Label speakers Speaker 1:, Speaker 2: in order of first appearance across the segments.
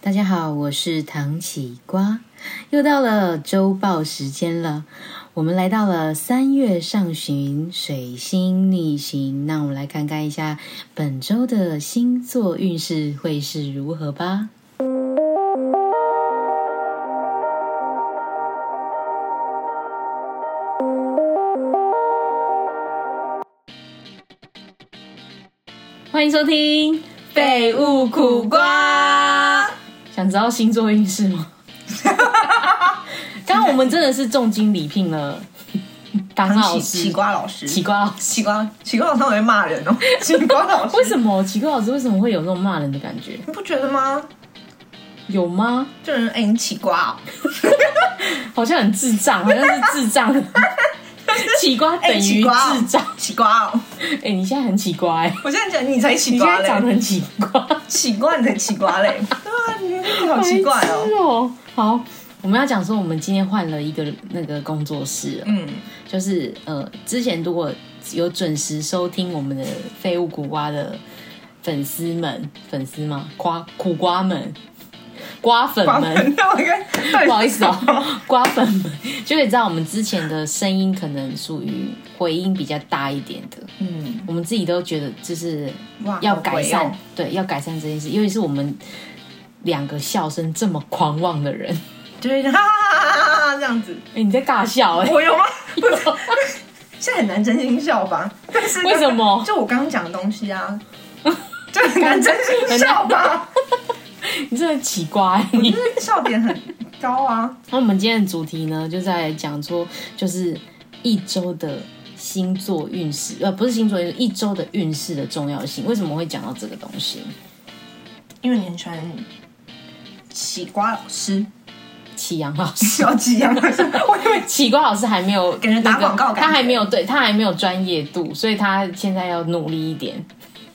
Speaker 1: 大家好，我是唐启瓜，又到了周报时间了。我们来到了三月上旬，水星逆行，那我们来看看一下本周的星座运势会是如何吧。欢迎收听《
Speaker 2: 废物苦瓜。
Speaker 1: 想知道星座运势 吗？刚刚我们真的是重金礼聘了唐老
Speaker 2: 奇
Speaker 1: 师
Speaker 2: 奇、瓜老师，
Speaker 1: 奇瓜老师。
Speaker 2: 奇瓜奇瓜老师好会骂人哦，奇瓜老师，
Speaker 1: 为什么奇瓜老师为什么会有那种骂人的感觉？
Speaker 2: 你不觉得吗？
Speaker 1: 有吗？
Speaker 2: 这人哎，你奇瓜哦，
Speaker 1: 好像很智障，好像是智 障。奇瓜等
Speaker 2: 哎，
Speaker 1: 于
Speaker 2: 奇瓜哦
Speaker 1: 智障。，
Speaker 2: 奇瓜哦，
Speaker 1: 哎、你现在很奇怪、欸
Speaker 2: 我现在讲你才奇
Speaker 1: 你现
Speaker 2: 瓜
Speaker 1: 在长得
Speaker 2: 嘞，
Speaker 1: 很奇怪，
Speaker 2: 奇瓜你才奇瓜嘞，对啊，你好奇怪
Speaker 1: 白痴
Speaker 2: 哦，
Speaker 1: 哦。好，我们要讲说，我们今天换了一个那个工作室了，
Speaker 2: 嗯，
Speaker 1: 就是呃，之前如果有准时收听我们的废物苦瓜的粉丝们，粉丝吗？瓜苦瓜们，瓜粉
Speaker 2: 瓜
Speaker 1: 们
Speaker 2: 粉，，那我 跟
Speaker 1: 不好意思 哦、瓜粉们，就可以知道我们之前的声音可能属于回音比较大一点的，
Speaker 2: 嗯，
Speaker 1: 我们自己都觉得就是
Speaker 2: 哇
Speaker 1: 要
Speaker 2: 好
Speaker 1: 改
Speaker 2: 回
Speaker 1: 善，
Speaker 2: 哦
Speaker 1: 对，要改善这件事，尤其是我们两个笑声这么狂妄的人，
Speaker 2: 就是哈哈哈哈哈哈这样子，
Speaker 1: 哎、你在尬笑 哎、
Speaker 2: 我有吗？不是，现在很难真心笑吧？但是
Speaker 1: 为什么
Speaker 2: 就我刚刚讲的东西啊，就很难真心笑吧？
Speaker 1: 你真的奇怪、你
Speaker 2: 因为笑点很高啊。
Speaker 1: 那我们今天的主题呢，就在讲说，就是一周的星座运势，呃，不是星座运势，一周的运势的重要性。为什么会讲到这个东西？
Speaker 2: 因为你很喜欢起瓜老师，
Speaker 1: 启阳老师，
Speaker 2: 小吉阳老师，我以为
Speaker 1: 启光老师还没有、
Speaker 2: 感觉打广告感觉
Speaker 1: 他还没有对他还没有专业度，所以他现在要努力一点。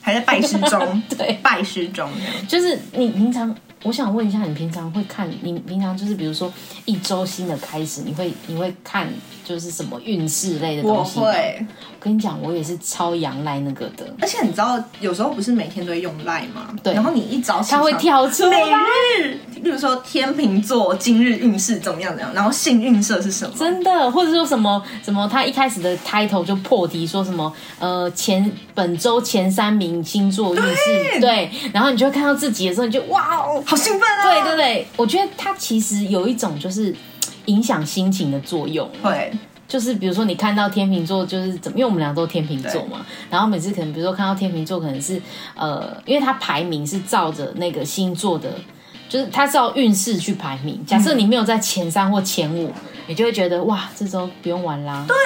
Speaker 2: 还在拜师中，
Speaker 1: 对，
Speaker 2: 拜师中这样。
Speaker 1: 就是你平常，我想问一下，你平常会看，你平常就是比如说一周新的开始，你会你会看就是什么运势类的东西？，，我跟你讲，我也是超阳赖那个的。
Speaker 2: 而且你知道，有时候不是每天都会用赖吗？
Speaker 1: 对
Speaker 2: 然后你一早起
Speaker 1: 它
Speaker 2: 床
Speaker 1: 会跳 出
Speaker 2: 每
Speaker 1: 来，
Speaker 2: 日，例如说天秤座今日运势怎么样怎么样，然后幸运色是什么？
Speaker 1: 真的，或者说什么什么，他一开始的 title 就破题说什么呃前本周前三名星座运势
Speaker 2: 对
Speaker 1: 对，然后你就会看到自己的时候，你就哇哦，
Speaker 2: 好兴奋啊！
Speaker 1: 对对对，我觉得它其实有一种就是。影响心情的作用，
Speaker 2: 会
Speaker 1: 就是比如说你看到天秤座就是怎么，因为我们俩都天秤座嘛，然后每次可能比如说看到天秤座可能是呃，因为它排名是照着那个星座的，就是它是照运势去排名。假设你没有在前三或前五，你就会觉得哇，这周不用玩啦。
Speaker 2: 对，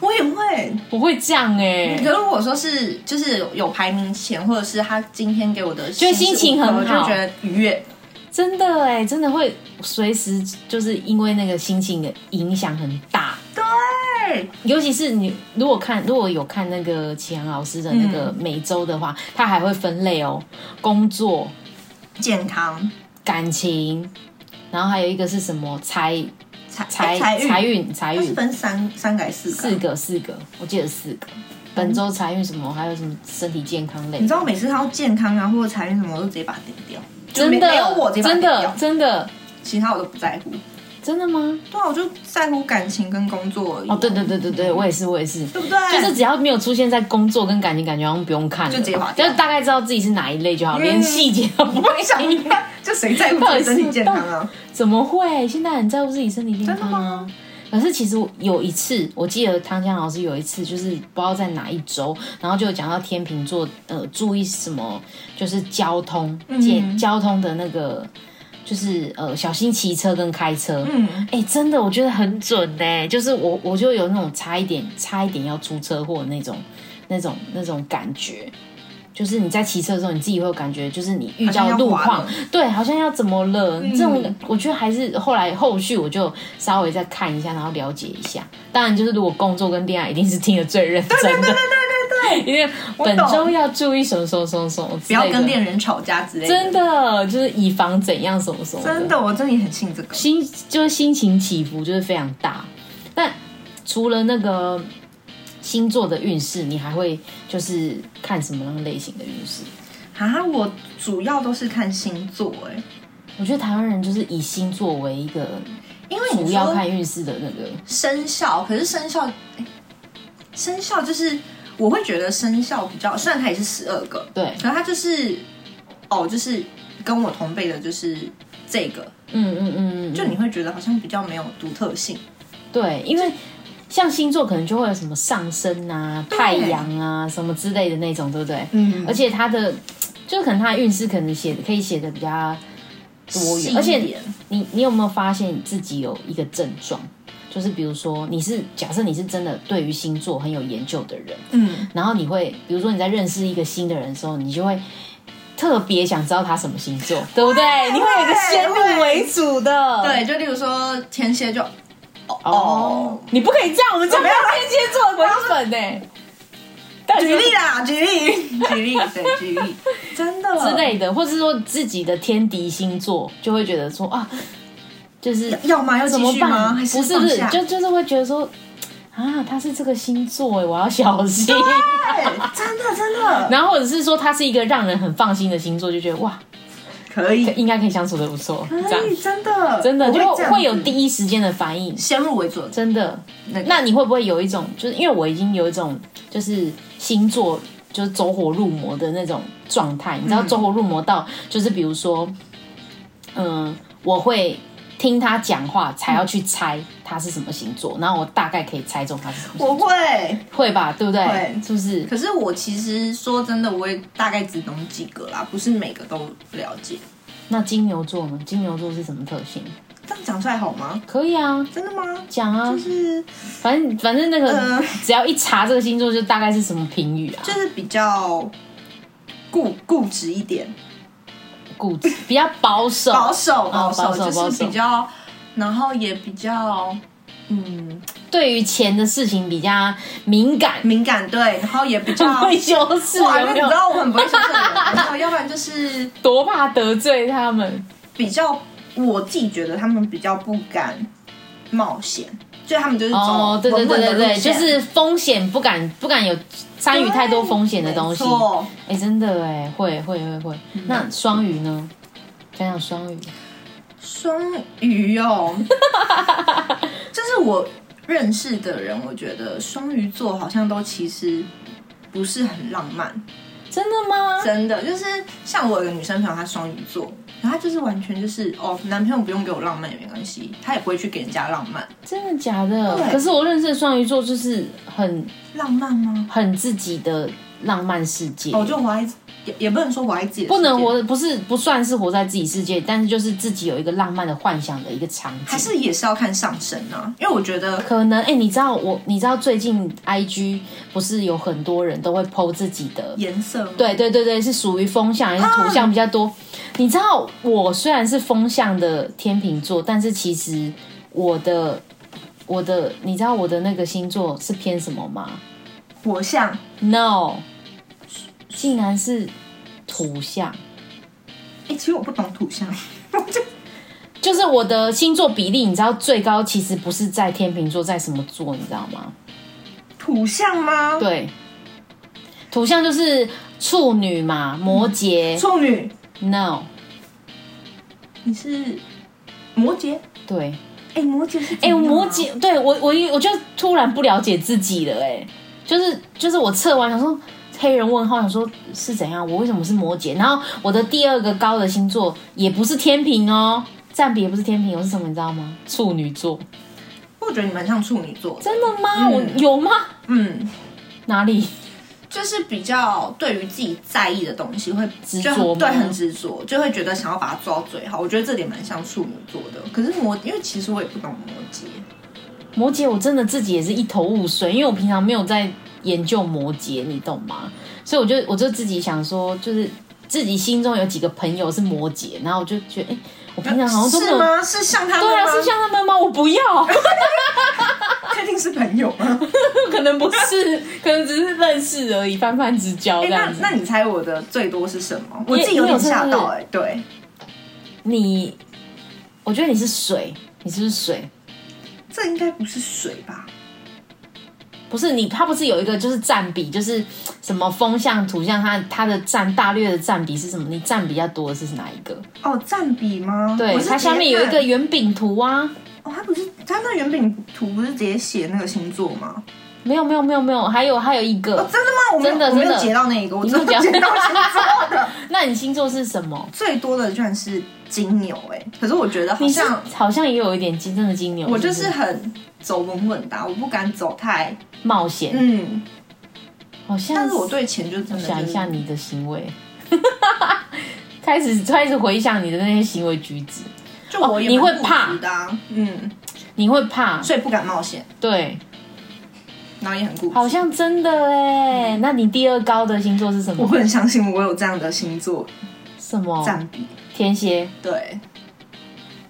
Speaker 2: 我也会。
Speaker 1: 我会这样哎、
Speaker 2: 可是如果说是就是有有排名前，或者是他今天给我的，
Speaker 1: 觉得心情很好
Speaker 2: 我就觉得愉悦。
Speaker 1: 真的哎、真的会随时就是因为那个心情的影响很大。
Speaker 2: 对，
Speaker 1: 尤其是你如果看如果有看那个启阳老师的那个每周的话，他还会分类哦，工作、
Speaker 2: 健康、
Speaker 1: 感情，然后还有一个是什么财
Speaker 2: 财
Speaker 1: 财
Speaker 2: 哎财
Speaker 1: 财
Speaker 2: 运，
Speaker 1: 运财
Speaker 2: 它是啊
Speaker 1: 运
Speaker 2: 分三三个还是四
Speaker 1: 四
Speaker 2: 个？
Speaker 1: 个四个，我记得四个。本周财运什么，还有什么身体健康类
Speaker 2: 你，知道每次他要健康啊或者财运什么，我都直接把它点掉。就
Speaker 1: 真
Speaker 2: 没
Speaker 1: 的
Speaker 2: 没有我直接把它
Speaker 1: 真
Speaker 2: 点
Speaker 1: 的
Speaker 2: 掉，
Speaker 1: 真的
Speaker 2: 其他我都不在乎。
Speaker 1: 真的吗？
Speaker 2: 对啊，我就在乎感情跟工作而已。啊
Speaker 1: 哦，对对对对对，我也是我也是。
Speaker 2: 对不对？
Speaker 1: 就是只要没有出现在工作跟感情，感觉好像不用看了，
Speaker 2: 就直接划
Speaker 1: 就
Speaker 2: 掉
Speaker 1: 大概知道自己是哪一类就好，
Speaker 2: 嗯
Speaker 1: 连细节都不
Speaker 2: 我也想一看，就谁在乎自己身体健康啊？
Speaker 1: 怎么会？现在很在乎自己身体健康
Speaker 2: 真的
Speaker 1: 啊
Speaker 2: 吗。
Speaker 1: 可是其实我有一次，我记得汤江老师有一次，就是不知道在哪一周，然后就有讲到天秤座，呃，注意什么，就是交通，
Speaker 2: 嗯
Speaker 1: 解、交通的那个，就是呃，小心骑车跟开车。
Speaker 2: 嗯，
Speaker 1: 哎、真的，我觉得很准呢、就是我，我就有那种差一点，差一点要出车祸的那种，那种，那种感觉。就是你在骑车的时候，你自己会有感觉，就是你遇
Speaker 2: 好像
Speaker 1: 到
Speaker 2: 要
Speaker 1: 路
Speaker 2: 滑
Speaker 1: 况
Speaker 2: 了，嗯
Speaker 1: 对，好像要怎么了？这种我觉得还是后来后续我就稍微再看一下，然后了解一下。当然，就是如果工作跟恋爱，一定是听得最认真的。对对对对对， 因为本
Speaker 2: 懂
Speaker 1: 周要注意什么什么什么什么之
Speaker 2: 不
Speaker 1: 类的，
Speaker 2: 要跟恋人吵架之类的。
Speaker 1: 真的就是以防怎样什么什么的
Speaker 2: 真的，我真的也很信这个。
Speaker 1: 心就是心情起伏就是非常大。但除了那个星座的运势，你还会就是看什么样类型的运势？
Speaker 2: 啊，我主要都是看星座哎、
Speaker 1: 我觉得台湾人就是以星座为一个
Speaker 2: 因为
Speaker 1: 主
Speaker 2: 你
Speaker 1: 要
Speaker 2: 说
Speaker 1: 看运势的那个，
Speaker 2: 生肖，可是生肖，诶生肖就是我会觉得生肖比较，虽然它也是十二个，
Speaker 1: 对
Speaker 2: 可是它就是哦，就是跟我同辈的，就是这个，
Speaker 1: 嗯嗯嗯，嗯
Speaker 2: 就你会觉得好像比较没有独特性，
Speaker 1: 对，因为像星座可能就会有什么上升啊、
Speaker 2: 对
Speaker 1: 太阳啊什么之类的那种，对不对？
Speaker 2: 嗯
Speaker 1: 而且它的就可能它的运势可能写的可以写的比较多
Speaker 2: 细
Speaker 1: 元，
Speaker 2: 一
Speaker 1: 而且
Speaker 2: 点
Speaker 1: 你你有没有发现你自己有一个症状？就是比如说，你是假设你是真的对于星座很有研究的人，
Speaker 2: 嗯，
Speaker 1: 然后你会，比如说你在认识一个新的人的时候，你就会特别想知道他什么星座，对不对？你会有一个先入为主的，
Speaker 2: 对，就例如说天蝎就
Speaker 1: 哦
Speaker 2: 哦，，
Speaker 1: 你不可以这样，我们这没有天蝎座的文本呢。到底
Speaker 2: 举
Speaker 1: 有
Speaker 2: 例啦，举例，哎举例，对，举例， 真的
Speaker 1: 之类的，或是说自己的天敌星座，就会觉得说啊，就是
Speaker 2: 要吗？要
Speaker 1: 怎
Speaker 2: 继
Speaker 1: 么
Speaker 2: 续吗？
Speaker 1: 办？
Speaker 2: 还
Speaker 1: 不是不
Speaker 2: 放
Speaker 1: 是
Speaker 2: 下，？
Speaker 1: 就就是会觉得说啊，他是这个星座哎，我要小心。
Speaker 2: 对，啊真的真的
Speaker 1: 然后或者是说他是一个让人很放心的星座，就觉得哇，
Speaker 2: 可以，
Speaker 1: 应该可以相处的不错，这样
Speaker 2: 可以，真的
Speaker 1: 真的
Speaker 2: 哎我
Speaker 1: 就
Speaker 2: 这样
Speaker 1: 会有
Speaker 2: 子
Speaker 1: 第一时间的反应，
Speaker 2: 先入为主的
Speaker 1: 真的。
Speaker 2: 那个
Speaker 1: 那你会不会有一种，就是因为我已经有一种就是星座就是走火入魔的那种状态，你知道
Speaker 2: 嗯
Speaker 1: 走火入魔到就是比如说，嗯、我会听他讲话才要去猜他是什么星座，然后我大概可以猜中他是什么星座，
Speaker 2: 嗯我会，
Speaker 1: 会吧，对不对？
Speaker 2: 会
Speaker 1: 是不是？
Speaker 2: 可是我其实说真的，我也大概只懂几个啦，不是每个都了解。
Speaker 1: 那金牛座呢？金牛座是什么特性？
Speaker 2: 这样讲出来好吗？
Speaker 1: 可以啊，
Speaker 2: 真的吗？
Speaker 1: 讲啊
Speaker 2: 就，是
Speaker 1: 反正反正那个、
Speaker 2: 呃
Speaker 1: 只要一查这个星座，就大概是什么评语啊，
Speaker 2: 就是比较固固执一点，
Speaker 1: 固执，比较保守，
Speaker 2: 保守
Speaker 1: 啊
Speaker 2: 保守，
Speaker 1: 保守保
Speaker 2: 就
Speaker 1: 守
Speaker 2: 是比较，然后也比较嗯
Speaker 1: 对于钱的事情比较敏感，
Speaker 2: 敏感，对，然后也比 较
Speaker 1: 很会修饰，
Speaker 2: 哇，
Speaker 1: 有没
Speaker 2: 那你知
Speaker 1: 有？
Speaker 2: 道我很不会说这个人，然后要不然就是
Speaker 1: 多怕得罪他们，
Speaker 2: 比较，我自己觉得他们比较不敢冒险，所以他们就是走
Speaker 1: 哦，对对
Speaker 2: 稳
Speaker 1: 对
Speaker 2: 稳的
Speaker 1: 对
Speaker 2: 路
Speaker 1: 对，就
Speaker 2: 线
Speaker 1: 是风险不敢不敢有参与太多风险的东西
Speaker 2: 没。错
Speaker 1: 哎，真的哎，会会会会。
Speaker 2: 嗯
Speaker 1: 那双鱼呢？讲讲双鱼，
Speaker 2: 双鱼哦， 就是我认识的人，我觉得双鱼座好像都其实不是很浪漫，
Speaker 1: 真的吗？
Speaker 2: 真的就是像我有个女生朋友，她双鱼座。然后她就是完全就是哦，男朋友不用给我浪漫也没关系，她也不会去给人家浪漫，
Speaker 1: 真的假的？
Speaker 2: 对
Speaker 1: 可是我认识的双鱼座就是很
Speaker 2: 浪漫吗？
Speaker 1: 很自己的浪漫世界，
Speaker 2: 哦，就我爱也也不能说我爱自己的世界，
Speaker 1: 不能活，不是不算是活在自己世界，但是就是自己有一个浪漫的幻想的一个场景。
Speaker 2: 还是也是要看上身啊，因为我觉得
Speaker 1: 可能哎、你知道我，你知道最近 I G 不是有很多人都会 PO 自己的，
Speaker 2: 颜色
Speaker 1: 对对对对，是属于风象还是图像比较多？你知道我虽然是风象的天秤座，但是其实我的我的，你知道我的那个星座是偏什么吗
Speaker 2: 火象
Speaker 1: ？No，竟然是土象，
Speaker 2: 哎、其实我不懂土象，
Speaker 1: 就是我的星座比例，你知道最高其实不是在天秤座，在什么座，你知道吗？
Speaker 2: 土象吗？
Speaker 1: 对，土象就是处女嘛，摩羯、
Speaker 2: 处女，
Speaker 1: no，
Speaker 2: 你是摩羯？
Speaker 1: 对，
Speaker 2: 哎、摩羯是怎
Speaker 1: 哎、
Speaker 2: 样啊
Speaker 1: 摩，羯，对我我我就突然不了解自己了、哎，就是就是我测完想说黑人问号，想说是怎样，我为什么是摩羯？然后我的第二个高的星座也不是天平哦。占比也不是天平，我是什么你知道吗？处女座，
Speaker 2: 我觉得你蛮像处女座的，
Speaker 1: 真的吗？我有吗？
Speaker 2: 嗯，
Speaker 1: 哪里？
Speaker 2: 就是比较对于自己在意的东西会
Speaker 1: 执
Speaker 2: 就很
Speaker 1: 着吗
Speaker 2: 对，很执着，就会觉得想要把它做到最好。我觉得这点蛮像处女座的，可是摩，因为其实我也不懂摩羯，
Speaker 1: 摩羯，我真的自己也是一头雾水，因为我平常没有在研究摩羯，你懂吗？所以我就我就自己想说，就是自己心中有几个朋友是摩羯，然后我就觉得，哎、我平常好像都没
Speaker 2: 是
Speaker 1: 有。
Speaker 2: 吗？是像他们
Speaker 1: 对啊，
Speaker 2: 吗？
Speaker 1: 是像他们吗？我不要，
Speaker 2: 确定是朋友吗？
Speaker 1: 可能不是，可能只是认识而已，泛泛之交
Speaker 2: 哎、
Speaker 1: 这样子。
Speaker 2: 那那你猜我的最多是什么？我
Speaker 1: 你
Speaker 2: 自己
Speaker 1: 你有
Speaker 2: 点
Speaker 1: 这
Speaker 2: 吓
Speaker 1: 个
Speaker 2: 到哎、对，
Speaker 1: 你，我觉得你是水，你是不是水？
Speaker 2: 这应该不是水吧？
Speaker 1: 不是你，它不是有一个就是占比，就是什么风向、图像，它它的占大略的占比是什么？你占比较多的是哪一个？
Speaker 2: 哦，占比吗？
Speaker 1: 对
Speaker 2: 我，是
Speaker 1: 它下面
Speaker 2: 直接
Speaker 1: 有一
Speaker 2: 看
Speaker 1: 个圆饼图啊。
Speaker 2: 哦，他不是他那原饼图不是直接写那个星座吗？
Speaker 1: 没有没有没有没有，还有还有一个，
Speaker 2: 哦，真的吗？我没有
Speaker 1: 真的
Speaker 2: 我没有
Speaker 1: 真的
Speaker 2: 截到那一个，我
Speaker 1: 你
Speaker 2: 只
Speaker 1: 没
Speaker 2: 有
Speaker 1: 有
Speaker 2: 截到
Speaker 1: 截
Speaker 2: 星座的。
Speaker 1: 那你星座是什么？
Speaker 2: 最多的居然是金牛哎、可是我觉得好
Speaker 1: 你是
Speaker 2: 像
Speaker 1: 好像也有一点金，真的金牛。
Speaker 2: 我就是是很走稳稳的啊、我不敢走太
Speaker 1: 冒险，
Speaker 2: 嗯，
Speaker 1: 好像
Speaker 2: 但是我对钱就真的、就是、
Speaker 1: 想一下你的行为， 开始开始回想你的那些行为举止，
Speaker 2: 就我也
Speaker 1: 哦你会
Speaker 2: 蛮固
Speaker 1: 怕
Speaker 2: 执的、啊，嗯，
Speaker 1: 你会怕？
Speaker 2: 所以不敢冒险，
Speaker 1: 对，
Speaker 2: 然后也很固执。
Speaker 1: 好像真的哎。那你第二高的星座是什
Speaker 2: 嗯我
Speaker 1: 么？
Speaker 2: 不能相信我有这样的星座
Speaker 1: 什么？
Speaker 2: 占比，
Speaker 1: 天蝎。
Speaker 2: 对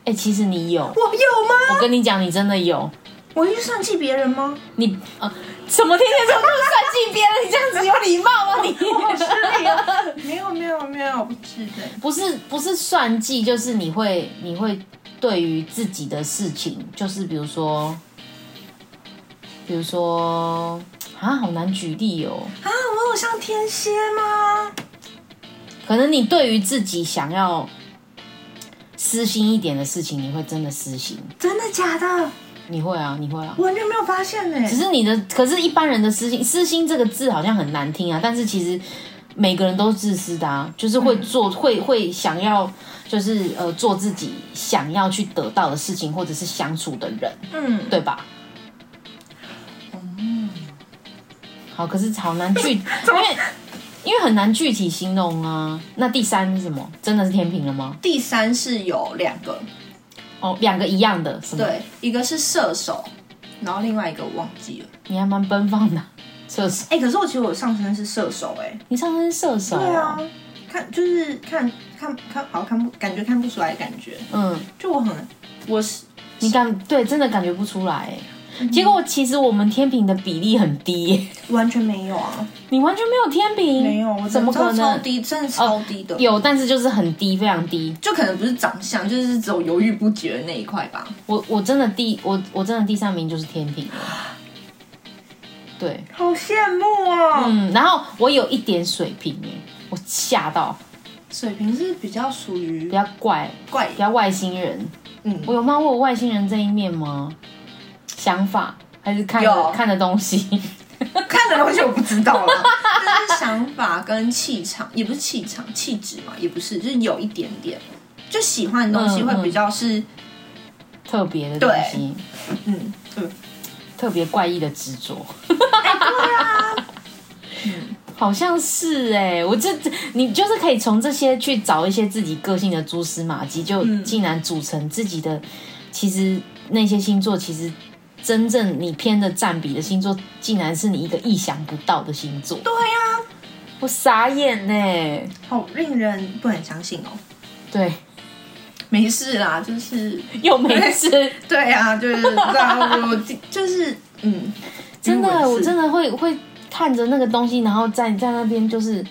Speaker 1: 哎，其实你有，
Speaker 2: 我有吗？
Speaker 1: 我跟你讲，你真的有。
Speaker 2: 我会去算计别人 吗？
Speaker 1: 你呃，什么天蝎座都算计别人？你这样子有礼貌吗？ 你
Speaker 2: 哦没有没有没有，不是的。
Speaker 1: 不是不是算计，就是你会你会对于自己的事情，就是比如说，比如说啊，好难举例哦。
Speaker 2: 啊，我有像天蝎吗？
Speaker 1: 可能你对于自己想要私心一点的事情，你会真的私心，
Speaker 2: 真的假的？
Speaker 1: 你会啊，你会啊。
Speaker 2: 我完全没有发现呢、
Speaker 1: 只是你的，可是一般人的私心，私心这个字好像很难听啊，但是其实每个人都自私的啊，就是
Speaker 2: 嗯
Speaker 1: 会做，会会想要，就是呃做自己想要去得到的事情，或者是相处的人，
Speaker 2: 嗯，
Speaker 1: 对吧？
Speaker 2: 哦
Speaker 1: 好，可是好难具， 因为因为很难具体形容啊。那第三是什么？真的是天平了吗？
Speaker 2: 第三是有两个，
Speaker 1: 哦，两个一样的，什么？
Speaker 2: 对，一个是射手，然后另外一个我忘记了。
Speaker 1: 你还蛮奔放的，射手，
Speaker 2: 哎、可是我其实我上身是射手、哎，
Speaker 1: 你上身是射手、
Speaker 2: 对啊，，看就是看看看，好看不感觉看不出来的感觉，
Speaker 1: 嗯。
Speaker 2: 就我很我是
Speaker 1: 你感对真的感觉不出来欸、结果
Speaker 2: 嗯
Speaker 1: 其实我们天平的比例很低耶、
Speaker 2: 完全没有啊，
Speaker 1: 你完全没有天平，
Speaker 2: 没有，我
Speaker 1: 怎么
Speaker 2: 真的
Speaker 1: 可
Speaker 2: 超
Speaker 1: 能？
Speaker 2: 低，真的超低的。
Speaker 1: 有，但是就是很低，非常低。
Speaker 2: 就可能不是长相，就是走犹豫不决的那一块吧。
Speaker 1: 我我真的第我我真的第三名就是天平了，对，
Speaker 2: 好羡慕哦！
Speaker 1: 嗯，然后我有一点水平耶、我吓到，
Speaker 2: 水瓶是比较属于
Speaker 1: 比较怪，
Speaker 2: 怪
Speaker 1: 比较外星人。
Speaker 2: 嗯
Speaker 1: 我有吗？我有外星人这一面吗？想法还是看的
Speaker 2: 有
Speaker 1: 看的东西？
Speaker 2: 看的东西我不知
Speaker 1: 啊
Speaker 2: 道了， 但是想法跟气场也不是气场，气质嘛也不是，就是有一点点，就喜欢的东西
Speaker 1: 嗯
Speaker 2: 会比较是
Speaker 1: 特别的东
Speaker 2: 对
Speaker 1: 西，
Speaker 2: 嗯嗯，
Speaker 1: 特别怪异的执着。
Speaker 2: 哎、对啊，
Speaker 1: 好像是哎、我这这你就是可以从这些去找一些自己个性的蛛丝马迹，就竟然组成自己的。其实那些星座，其实真正你偏的占比的星座，竟然是你一个意想不到的星座。
Speaker 2: 对啊，
Speaker 1: 我傻眼呢、欸
Speaker 2: 好令人不敢相信哦。
Speaker 1: 对，
Speaker 2: 没事啦，就是
Speaker 1: 又没事，
Speaker 2: 对啊，就是对啊，我 就是嗯，
Speaker 1: 真的
Speaker 2: 因为
Speaker 1: 我
Speaker 2: 是
Speaker 1: 真的会会看着那个东西，然后在在那边就是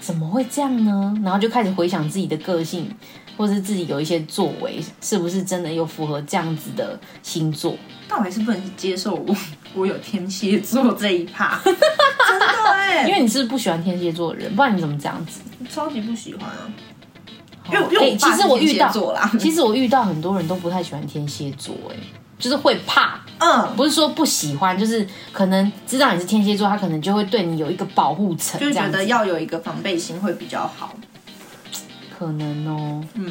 Speaker 1: 怎么会这样呢？然后就开始回想自己的个性，或是自己有一些作为，是不是真的有符合这样子的星座？
Speaker 2: 但我还是不能接受我我有天蝎座这 一趴，真的哎、
Speaker 1: 因为你是不是不喜欢天蝎座的人，不然你怎么这样 子？
Speaker 2: 超级不喜欢啊，因为
Speaker 1: 哦
Speaker 2: 因为
Speaker 1: 欸
Speaker 2: 我
Speaker 1: 其
Speaker 2: 爸
Speaker 1: 实
Speaker 2: 是
Speaker 1: 我
Speaker 2: 天
Speaker 1: 遇
Speaker 2: 蝎
Speaker 1: 到，
Speaker 2: 座啦，
Speaker 1: 其实我遇到很多人都不太喜欢天蝎座、欸，就是会怕，
Speaker 2: 嗯，
Speaker 1: 不是说不喜欢，就是可能知道你是天蝎座，他可能就会对你有一个保护层，
Speaker 2: 就是
Speaker 1: 这
Speaker 2: 觉
Speaker 1: 样
Speaker 2: 得
Speaker 1: 子
Speaker 2: 要有一个防备心会比较好。
Speaker 1: 可能哦、
Speaker 2: 嗯，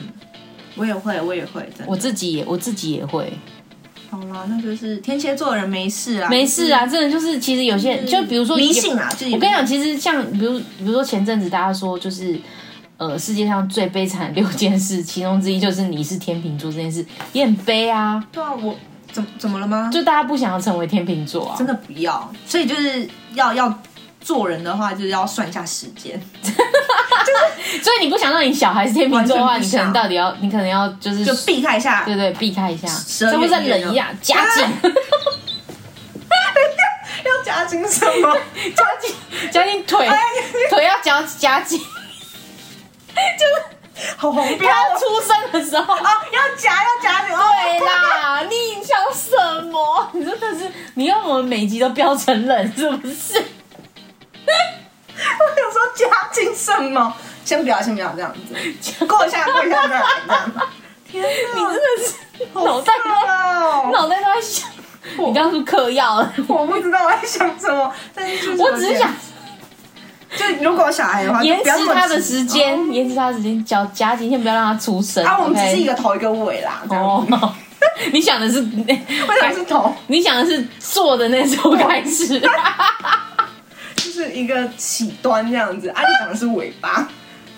Speaker 2: 我也会，我也会，真的。
Speaker 1: 我自己也我自己也会，
Speaker 2: 好啦，那就是天蝎座的人没事啊，
Speaker 1: 没事啊，真的就是其实有些就比如说
Speaker 2: 嗯迷
Speaker 1: 有
Speaker 2: 信啊，就是
Speaker 1: 我跟你讲，其实像比如比如说前阵子大家说就是。呃，世界上最悲惨的六件事，其中之一就是你是天秤座这件事，也很悲啊。
Speaker 2: 对啊，我怎怎么了吗？
Speaker 1: 就大家不想要成为天秤座啊
Speaker 2: 真，的不要，所以就是要要做人的话，就是要算一下时间。
Speaker 1: 所以你不想让你小孩是天秤座的话，
Speaker 2: 完全不
Speaker 1: 你可
Speaker 2: 想
Speaker 1: 能到底要，你可能要就是
Speaker 2: 就避开一下
Speaker 1: 对对避开一下，
Speaker 2: 二月哦
Speaker 1: 稍微再冷一下，夹紧
Speaker 2: 啊 要加紧什 么？
Speaker 1: 夹紧夹紧
Speaker 2: 哎
Speaker 1: 腿，腿要夹夹紧，
Speaker 2: 好红标
Speaker 1: 他
Speaker 2: 哦！
Speaker 1: 出生的时候。
Speaker 2: 啊，要夹要夹紧哦！
Speaker 1: 对啦，你想什么？你真的是你要我们每集都标成人是不是？
Speaker 2: 我有时候加进什么？先不要，先不要这样子，过一下，过一下再来这样。 天
Speaker 1: 你真
Speaker 2: 哪，
Speaker 1: 的是脑
Speaker 2: 好
Speaker 1: 袋
Speaker 2: 棒
Speaker 1: 都
Speaker 2: 哦！
Speaker 1: 脑袋都在 想，你刚刚是嗑药了，
Speaker 2: 我不知道我在想什么，但是就是
Speaker 1: 我只是想
Speaker 2: 就如果有小孩的话，啊就
Speaker 1: 延
Speaker 2: 不要那
Speaker 1: 迟
Speaker 2: 么
Speaker 1: 他的
Speaker 2: 急哦
Speaker 1: 时间，延迟他的时间，叫加紧，先不要让他出生。
Speaker 2: 啊，我们只
Speaker 1: OK
Speaker 2: 是一个头一个尾啦，这样 子。
Speaker 1: 哦， 你想的是，
Speaker 2: 为什么是头？
Speaker 1: 你想的是做的那时候开始，
Speaker 2: 哦就是一个起端这样子，啊，你讲的是尾巴。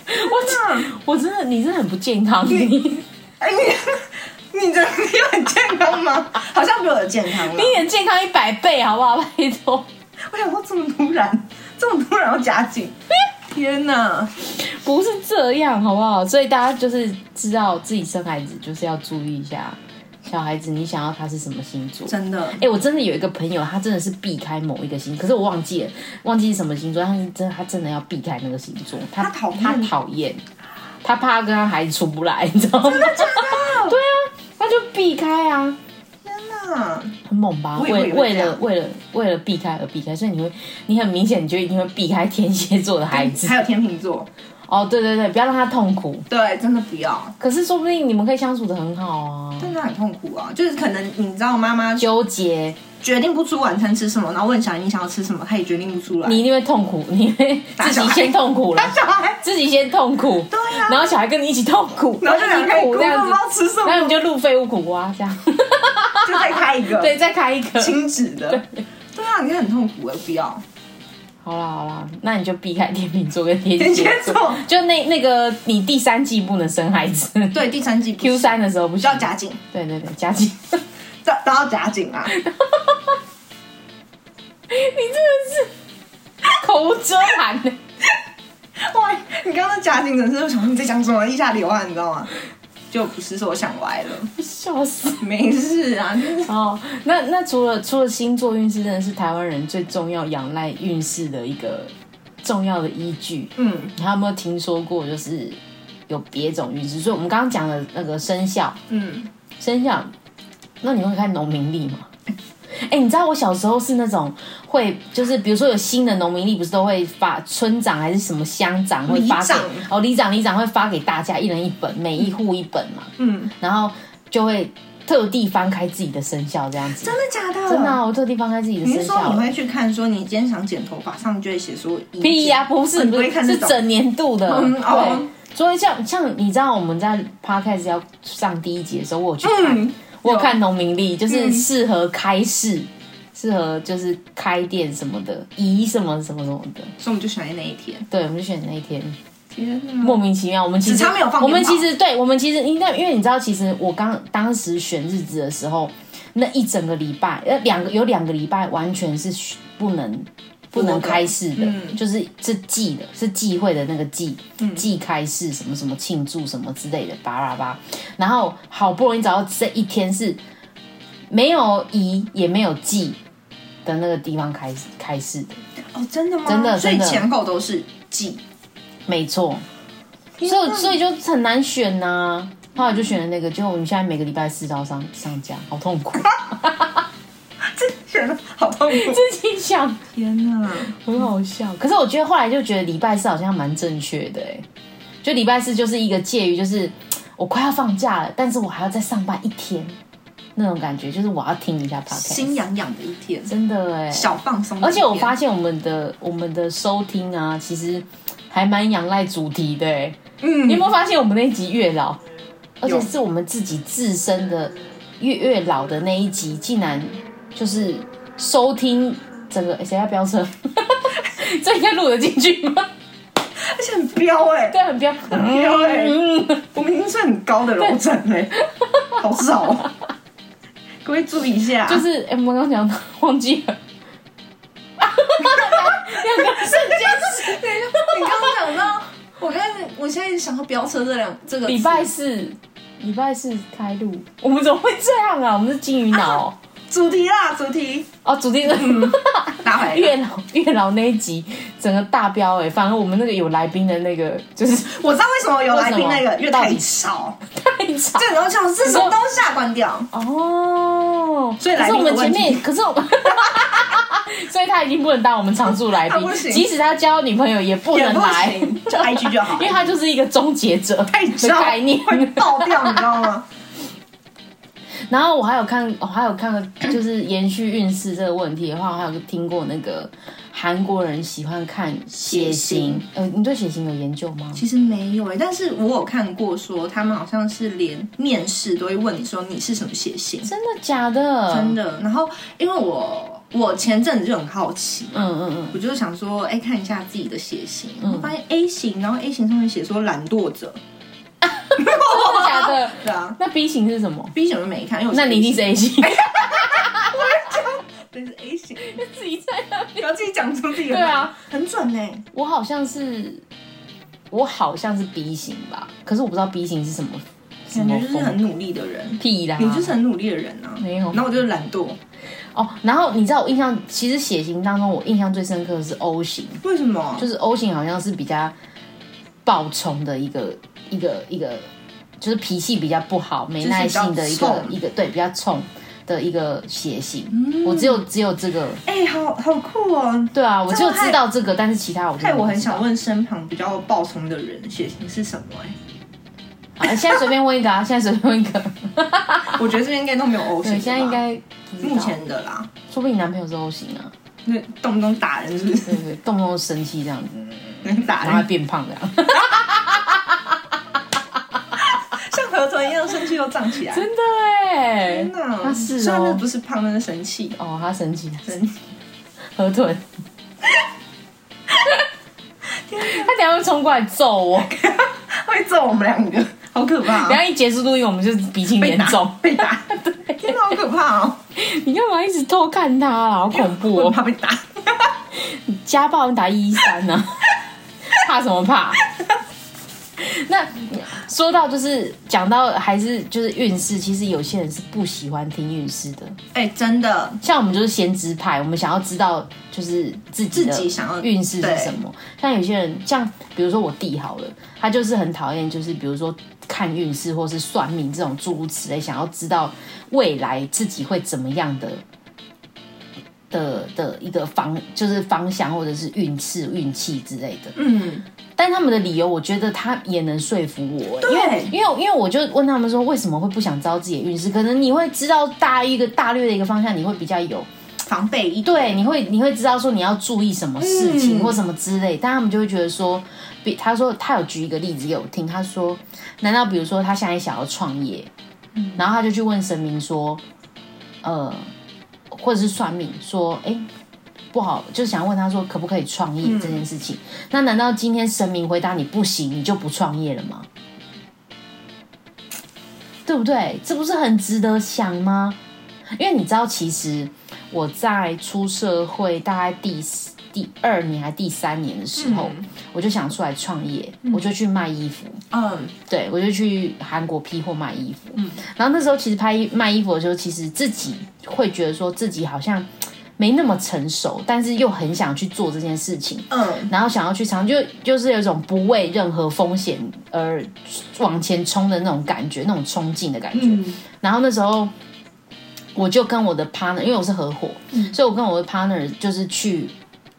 Speaker 1: 我
Speaker 2: 嗯，
Speaker 1: 我真的你真的很不健康，你你
Speaker 2: 哎，你你的你很健康吗？好像比我的健康了。
Speaker 1: 很健康一百倍，好不好？拜托，
Speaker 2: 我想说这么突然，这么突然要加紧，天哪！
Speaker 1: 不是这样，好不好？所以大家就是知道自己生孩子就是要注意一下，小孩子你想要他是什么星座。
Speaker 2: 真的
Speaker 1: 哎、我真的有一个朋友，他真的是避开某一个星，可是我忘记了，忘记是什么星座，但是真的他真的要避开那个星座，他
Speaker 2: 他讨厌
Speaker 1: 他讨厌，他怕跟他孩子出不来，你知道吗？ 对啊，他就避开啊，
Speaker 2: 天哪！
Speaker 1: 很猛吧？
Speaker 2: 我以为
Speaker 1: 为
Speaker 2: 会
Speaker 1: 为
Speaker 2: 这
Speaker 1: 了
Speaker 2: 样
Speaker 1: 为了为了避开而避开，所以你会，你很明显你就一定会避开天蝎座的孩子
Speaker 2: 还。有天秤座，
Speaker 1: 哦，对对对，不要让他痛苦。
Speaker 2: 对，真的不要，
Speaker 1: 可是说不定你们可以相处的很好啊。
Speaker 2: 但是很痛苦啊。就是可能你知道，妈妈
Speaker 1: 纠结，
Speaker 2: 决定不出晚餐吃什么，然后问小孩你想要吃什么，他也决定不出来。
Speaker 1: 你一定会痛苦，你会自己先痛苦了
Speaker 2: 打。小孩，
Speaker 1: 自己先痛苦，
Speaker 2: 对啊
Speaker 1: 然后小孩跟你一起痛苦，
Speaker 2: 然后就哎两个
Speaker 1: 一
Speaker 2: 人
Speaker 1: 起
Speaker 2: 哭，
Speaker 1: 苦
Speaker 2: 不
Speaker 1: 这
Speaker 2: 知
Speaker 1: 样子，
Speaker 2: 道吃什
Speaker 1: 然
Speaker 2: 么，
Speaker 1: 后你就录废物苦瓜这样，
Speaker 2: 就再开一个，
Speaker 1: 对，再开一个，
Speaker 2: 亲子的，对啊，你很痛苦哎，不要。
Speaker 1: 好啦好啦，那你就避开天秤座跟天
Speaker 2: 天
Speaker 1: 蝎
Speaker 2: 蝎
Speaker 1: 座
Speaker 2: 座，
Speaker 1: 就那那个你第三季不能生孩子
Speaker 2: 对，第三季不
Speaker 1: ，Q 三的时候不需
Speaker 2: 要夹紧，
Speaker 1: 对对对，加紧，你真
Speaker 2: 都都要夹紧啊。
Speaker 1: 的是 口无遮拦的，
Speaker 2: 哇，你刚刚夹紧，真是我想说你在讲什么，一下流汗，你知道吗？就不是说我想歪了，
Speaker 1: 笑死。
Speaker 2: 没事啊，就是
Speaker 1: 哦，那那除了除了星座运势，真的是台湾人最重要仰赖运势的一个重要的依据。
Speaker 2: 嗯
Speaker 1: 你还有没有听说过，就是有别种运势？所以我们刚刚讲的那个生肖，
Speaker 2: 嗯，
Speaker 1: 生肖，那你会看农民历吗？ 哎、你知道我小时候是那种会，就是比如说有新的农民历，不是都会发村长还是什么乡长会发给
Speaker 2: 嗯里长
Speaker 1: 哦，里长里长会发给大家一人一本，每一户一本嘛，
Speaker 2: 嗯，
Speaker 1: 然后就会特地翻开自己的生肖这样子。
Speaker 2: 真的假的？
Speaker 1: 真的、啊，我特地翻开自己的啊
Speaker 2: 你
Speaker 1: 生
Speaker 2: 是
Speaker 1: 肖
Speaker 2: 说
Speaker 1: 了。
Speaker 2: 你会去看，说你今天想剪头发，上面就会写说一
Speaker 1: 屁呀、不是，
Speaker 2: 哦你不
Speaker 1: 不
Speaker 2: 会
Speaker 1: 是，
Speaker 2: 看
Speaker 1: 是
Speaker 2: 这种
Speaker 1: 整年度的。
Speaker 2: 嗯哦
Speaker 1: 对，所以像像你知道我们在 podcast 要上第一集的时候，我有去看，
Speaker 2: 嗯，
Speaker 1: 我有看农民历，就是
Speaker 2: 嗯
Speaker 1: 适合开市，适合就是开店什么的，移什么什么什么的。
Speaker 2: 所以我们就选在那一天。
Speaker 1: 对，我们就选那一天，
Speaker 2: 天
Speaker 1: 莫
Speaker 2: 哪！
Speaker 1: 名其妙。我们其实
Speaker 2: 嗯只差没有放鞭
Speaker 1: 我
Speaker 2: 炮
Speaker 1: 们其实对，我们其实应该，因为你知道，其实我刚当时选日子的时候，那一整个礼拜，呃，两个有两个礼拜完全是嘘不能不能开市的，
Speaker 2: 嗯
Speaker 1: 就是是忌的，是忌讳的那个忌，忌开市什么什么庆祝什么之类的，巴拉巴。然后好不容易找到这一天是没有移也没有忌的那个地方开开市的。
Speaker 2: 哦，真的吗？
Speaker 1: 真的
Speaker 2: 所以
Speaker 1: 真的
Speaker 2: 前后都是 季。
Speaker 1: 没错，所以
Speaker 2: 哪
Speaker 1: 所以就很难选呐、后来我就选了那个，结果我们现在每个礼拜四都要上上架，好痛 苦，
Speaker 2: 这选的好痛苦。
Speaker 1: 自己想
Speaker 2: 天哪！
Speaker 1: 很好笑。可是我觉得后来就觉得礼拜四好像蛮正确的、欸，就礼拜四就是一个介于就是我快要放假了，但是我还要再上班一天那种感觉，就是我要听一下 podcast，
Speaker 2: 心痒痒的一天，
Speaker 1: 真的哎、
Speaker 2: 小放松的
Speaker 1: 而
Speaker 2: 一
Speaker 1: 且
Speaker 2: 天。
Speaker 1: 我发现我们的我们的收听啊，其实还蛮仰赖主题的、欸。
Speaker 2: 嗯
Speaker 1: 你有没有发现我们那一集月老，而且
Speaker 2: 有
Speaker 1: 是我们自己自身的月月老的那一集，竟然就是收听整个诶哎谁在飙车？ 这应该录得进去吗？
Speaker 2: 而且很飙哎、
Speaker 1: 对，很飙，
Speaker 2: 很飙哎、
Speaker 1: 嗯，
Speaker 2: 我们已经是很高的楼层嘞、 好少、哦。各位注意一下，啊
Speaker 1: 就是诶我们刚讲到忘记 了。 两个瞬间，
Speaker 2: 你刚刚讲到，我刚才我现在想到飙车这两这 个
Speaker 1: 礼拜四，礼拜四开录，我们怎么会这样啊？我们是金鱼脑哦
Speaker 2: 主题啦，主题
Speaker 1: 哦，主题是。
Speaker 2: 嗯打回 来。
Speaker 1: 月老月老那一集整个大飙哎、欸，反而我们那个有来宾的那个就是
Speaker 2: 我知道为什么有来宾那
Speaker 1: 为什
Speaker 2: 个，
Speaker 1: 么
Speaker 2: 因为太吵，
Speaker 1: 太长。
Speaker 2: 这种想这什么东西啊？关掉。
Speaker 1: 哦，
Speaker 2: 所以
Speaker 1: 可
Speaker 2: 来
Speaker 1: 是
Speaker 2: 宾
Speaker 1: 我们
Speaker 2: 的
Speaker 1: 前
Speaker 2: 问题
Speaker 1: 面，可是我 们，所以他已经不能当我们常驻 来
Speaker 2: 他啊不
Speaker 1: 宾，
Speaker 2: 行
Speaker 1: 即使他交女朋友也不能
Speaker 2: 也不
Speaker 1: 来，
Speaker 2: 行就 IG 就好了
Speaker 1: 因为他就是一个终结者
Speaker 2: 哎，你知
Speaker 1: 的
Speaker 2: 道
Speaker 1: 概念。
Speaker 2: 会爆掉，你知道吗？
Speaker 1: 然后我还有看，我还有看过，就是延续运势这个问题的话，我还有听过那个韩国人喜欢看血型
Speaker 2: 型，
Speaker 1: 呃，你对血型有研究吗？
Speaker 2: 其实没有哎、但是我有看过说他们好像是连面试都会问你说你是什么血型，
Speaker 1: 真的假的？
Speaker 2: 真。的。然后因为我我前阵子就很好奇，
Speaker 1: 嗯嗯嗯，
Speaker 2: 我就想说，哎、看一下自己的血型，我发现 A 型，然后 A 型上面写说懒惰者，
Speaker 1: 真的假的？
Speaker 2: 对啊
Speaker 1: 那 B 型是什么？
Speaker 2: ，B 型我就没看，因为 我
Speaker 1: 那你一定是 A 型，
Speaker 2: 对是 A 型，
Speaker 1: 自己在那边。
Speaker 2: 不要自己讲出自己的
Speaker 1: 对啊，
Speaker 2: 很准哎、
Speaker 1: 我好像是，我好像是 B 型吧，可是我不知道 B 型是什么，什
Speaker 2: 感
Speaker 1: 么
Speaker 2: 觉就是
Speaker 1: 风
Speaker 2: 很努力的人，
Speaker 1: 屁啦。
Speaker 2: 你就是很努力的人啊，
Speaker 1: 没有
Speaker 2: 然后我就是懒惰，
Speaker 1: 哦，然后你知道我印象，其实血型当中我印象最深刻的是 O 型，
Speaker 2: 为什么？
Speaker 1: 就是 O 型好像是比较暴冲的一个一个一个，就是脾气比较不好、没耐心的一
Speaker 2: 就
Speaker 1: 个
Speaker 2: 是比较冲嗯
Speaker 1: 一个对比较冲的一个血型。我只有只有这个，
Speaker 2: 哎、好好酷哦。
Speaker 1: 对啊，我
Speaker 2: 这
Speaker 1: 只有
Speaker 2: 样害
Speaker 1: 知道这个，但是其他我
Speaker 2: 害
Speaker 1: 真的
Speaker 2: 我
Speaker 1: 不
Speaker 2: 很
Speaker 1: 知道
Speaker 2: 想。问身旁比较暴冲的人血型是什么、欸
Speaker 1: 好现在随便问一个啊，现在随便问一 个。
Speaker 2: 哎，我觉得这边应该都没有 O 型
Speaker 1: 对，
Speaker 2: 的
Speaker 1: 现
Speaker 2: 吧，
Speaker 1: 在应该不知道
Speaker 2: 目前的啦，
Speaker 1: 说不定你男朋友是 O 型啊，
Speaker 2: 那动不动打人是不是？
Speaker 1: 对不对？动不动就生气这样子，
Speaker 2: 能打
Speaker 1: 然后还
Speaker 2: 人，
Speaker 1: 变胖这 样。
Speaker 2: 像河豚一样生气又胀起来。
Speaker 1: 真的哎，
Speaker 2: 天哪！
Speaker 1: 他是
Speaker 2: 虽然那
Speaker 1: 哦
Speaker 2: 不，是胖，那是生气。
Speaker 1: 哦，他生气，
Speaker 2: 真的
Speaker 1: 河豚。 他等一下会冲过来揍我，
Speaker 2: 会揍我们 两个，好可怕、
Speaker 1: 等一下一结束录音，我们就鼻青
Speaker 2: 被
Speaker 1: 脸
Speaker 2: 打
Speaker 1: 肿。
Speaker 2: 被打， 天哪，好可怕哦！
Speaker 1: 你干嘛一直偷看他啊？好恐怖 哦！
Speaker 2: 我很怕被打。
Speaker 1: 家暴你打一一三呢， 怕什么 怕？那说到就是讲到还是就是运势，其实有些人是不喜欢听运势的，
Speaker 2: 哎、真的，
Speaker 1: 像我们就是先知派，我们想要知道就是自己的
Speaker 2: 自己想要
Speaker 1: 运势是什么。像有些人，像比如说我弟好了，他就是很讨厌，就是比如说看运势或是算命这种诸如此类，想要知道未来自己会怎么样的。的的一个方就是方向或者是运势运气之类的，
Speaker 2: 嗯，
Speaker 1: 但他们的理由，我觉得他也能说服我，因为
Speaker 2: 对
Speaker 1: 因为因为我就问他们说，为什么会不想知道自己的运势？可能你会知道大一个大略的一个方向，你会比较有
Speaker 2: 防备一点。
Speaker 1: 对，你会你会知道说你要注意什么事情
Speaker 2: 嗯
Speaker 1: 或什么之类，但他们就会觉得说，比他说他有举一个例子给我听，他说，难道比如说他现在想要创业，然后他就去问神明说，呃，或者是算命说，哎、不好，就想问他说可不可以创业这件事情。那难道今天神明回答你不行，你就不创业了吗？对不对？这不是很值得想吗？因为你知道，其实我在出社会大概第四第二年还第三年的时候，我就想出来创业，我就去卖衣服。
Speaker 2: 嗯，
Speaker 1: 对，我就去韩国批货卖衣服。然后那时候其实拍衣卖衣服的时候，其实自己会觉得说自己好像没那么成熟，但是又很想去做这件事情。
Speaker 2: 嗯，
Speaker 1: 然后想要去尝，就就是有一种不畏任何风险而往前冲的那种感觉，那种冲劲的感觉。
Speaker 2: 嗯，
Speaker 1: 然后那时候我就跟我的 partner，因为我是合伙，
Speaker 2: 嗯
Speaker 1: 所以我跟我的 partner 就是去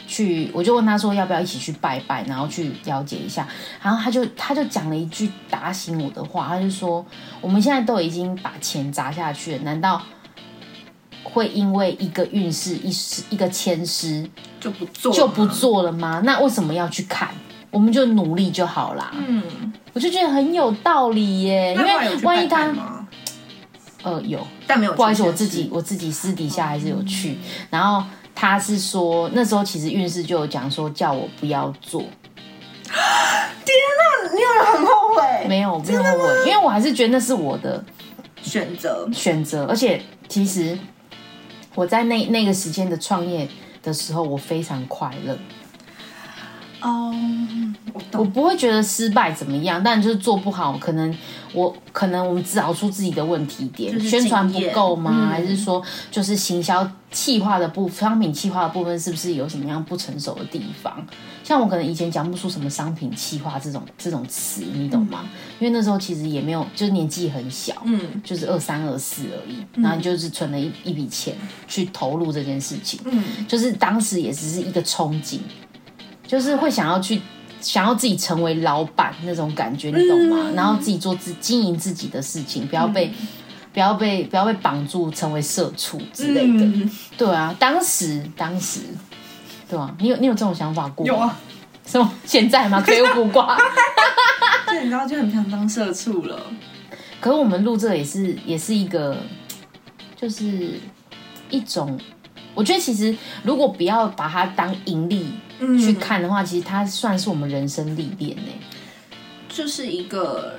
Speaker 1: 去，我就问他说要不要一起去拜拜，然后去了解一下。然后他就他就讲了一句打醒我的话，他就说我们现在都已经把钱砸下去了，难道？会因为一个运势、一时一个签师
Speaker 2: 就不做，
Speaker 1: 就不。做了吗？那为什么要去看？我们就努力就好啦。
Speaker 2: 嗯，
Speaker 1: 我就觉得很有道理耶，因
Speaker 2: 那后来有
Speaker 1: 为
Speaker 2: 去
Speaker 1: 万一
Speaker 2: 拜拜
Speaker 1: 他
Speaker 2: 吗
Speaker 1: 呃有，
Speaker 2: 但没有，
Speaker 1: 不好意思，我自己。我自己私底下还是有去。然后他是说，那时候其实运势就有讲说，叫我不要做，
Speaker 2: 你有人很后悔
Speaker 1: 没有没有后悔，因为我还是觉得那是我的
Speaker 2: 选择，
Speaker 1: 选择。而且其实我在那那个时间的创业的时候，我非常快乐。
Speaker 2: 哦，我
Speaker 1: 我
Speaker 2: 懂。
Speaker 1: 不会觉得失败怎么样，但就是做不好，可能我可能我们找出自己的问题点，
Speaker 2: 就是
Speaker 1: 宣传不
Speaker 2: 经验
Speaker 1: 够吗？
Speaker 2: 嗯
Speaker 1: 还是说就是行销企划的部商品企划的部分是不是有什么样不成熟的地方？像我可能以前讲不出什么商品企划这种这种词，你懂吗？因为那时候其实也没有，就是年纪很小，
Speaker 2: 嗯
Speaker 1: 就是二三二四而已，然后你就是存了一一笔钱去投入这件事情，
Speaker 2: 嗯，
Speaker 1: 就是当时也只是一个憧憬，就是会想要去想要自己成为老板那种感觉，你懂
Speaker 2: 嗯
Speaker 1: 吗？然后自己做自经营自己的事情，不要被、不要被不要被绑住成为社畜之类的。
Speaker 2: 嗯
Speaker 1: 对啊，当时当时。对啊，你有你有这种想法过？
Speaker 2: 有，啊。
Speaker 1: 什么现在 吗？可以卜卦。
Speaker 2: 就你知道，就很想当社畜了。
Speaker 1: 可是我们录这个也是也是一个，就是一种，我觉得其实如果不要把它当盈利
Speaker 2: 嗯
Speaker 1: 去看的话，其实它算是我们人生历练欸呢。
Speaker 2: 就是一个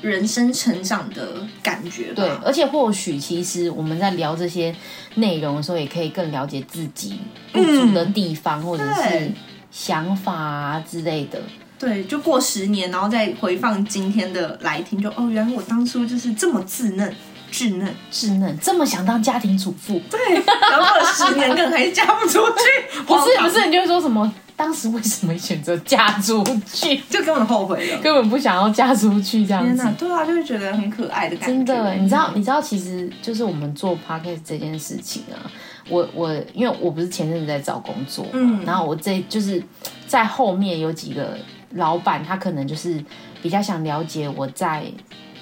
Speaker 2: 人生成长的感觉吧。
Speaker 1: 对，而且或许其实我们在聊这些内容的时候，也可以更了解自己不足的地方，或者是
Speaker 2: 对
Speaker 1: 想法啊之类的。
Speaker 2: 对，就过十年，然后再回放今天的来听，就哦，原来我当初就是这么稚嫩，稚嫩。
Speaker 1: 稚嫩这么想当家庭主妇，不
Speaker 2: 对， 然后过了十年，可能还嫁不出去，不
Speaker 1: 是 不，是，你就会说什么？当时为什么选择嫁出去？
Speaker 2: 就根本后悔了。
Speaker 1: 根本不想要嫁出去这样
Speaker 2: 天
Speaker 1: 子
Speaker 2: 哪，。对啊，就会觉得很可爱的感觉。嗯
Speaker 1: 真的，欸你知道，你知道，其实就是我们做 podcast 这件事情啊，我我因为我不是前阵子在找工作嘛，
Speaker 2: 嗯
Speaker 1: 然后我这就是在后面有几个老板，他可能就是比较想了解我在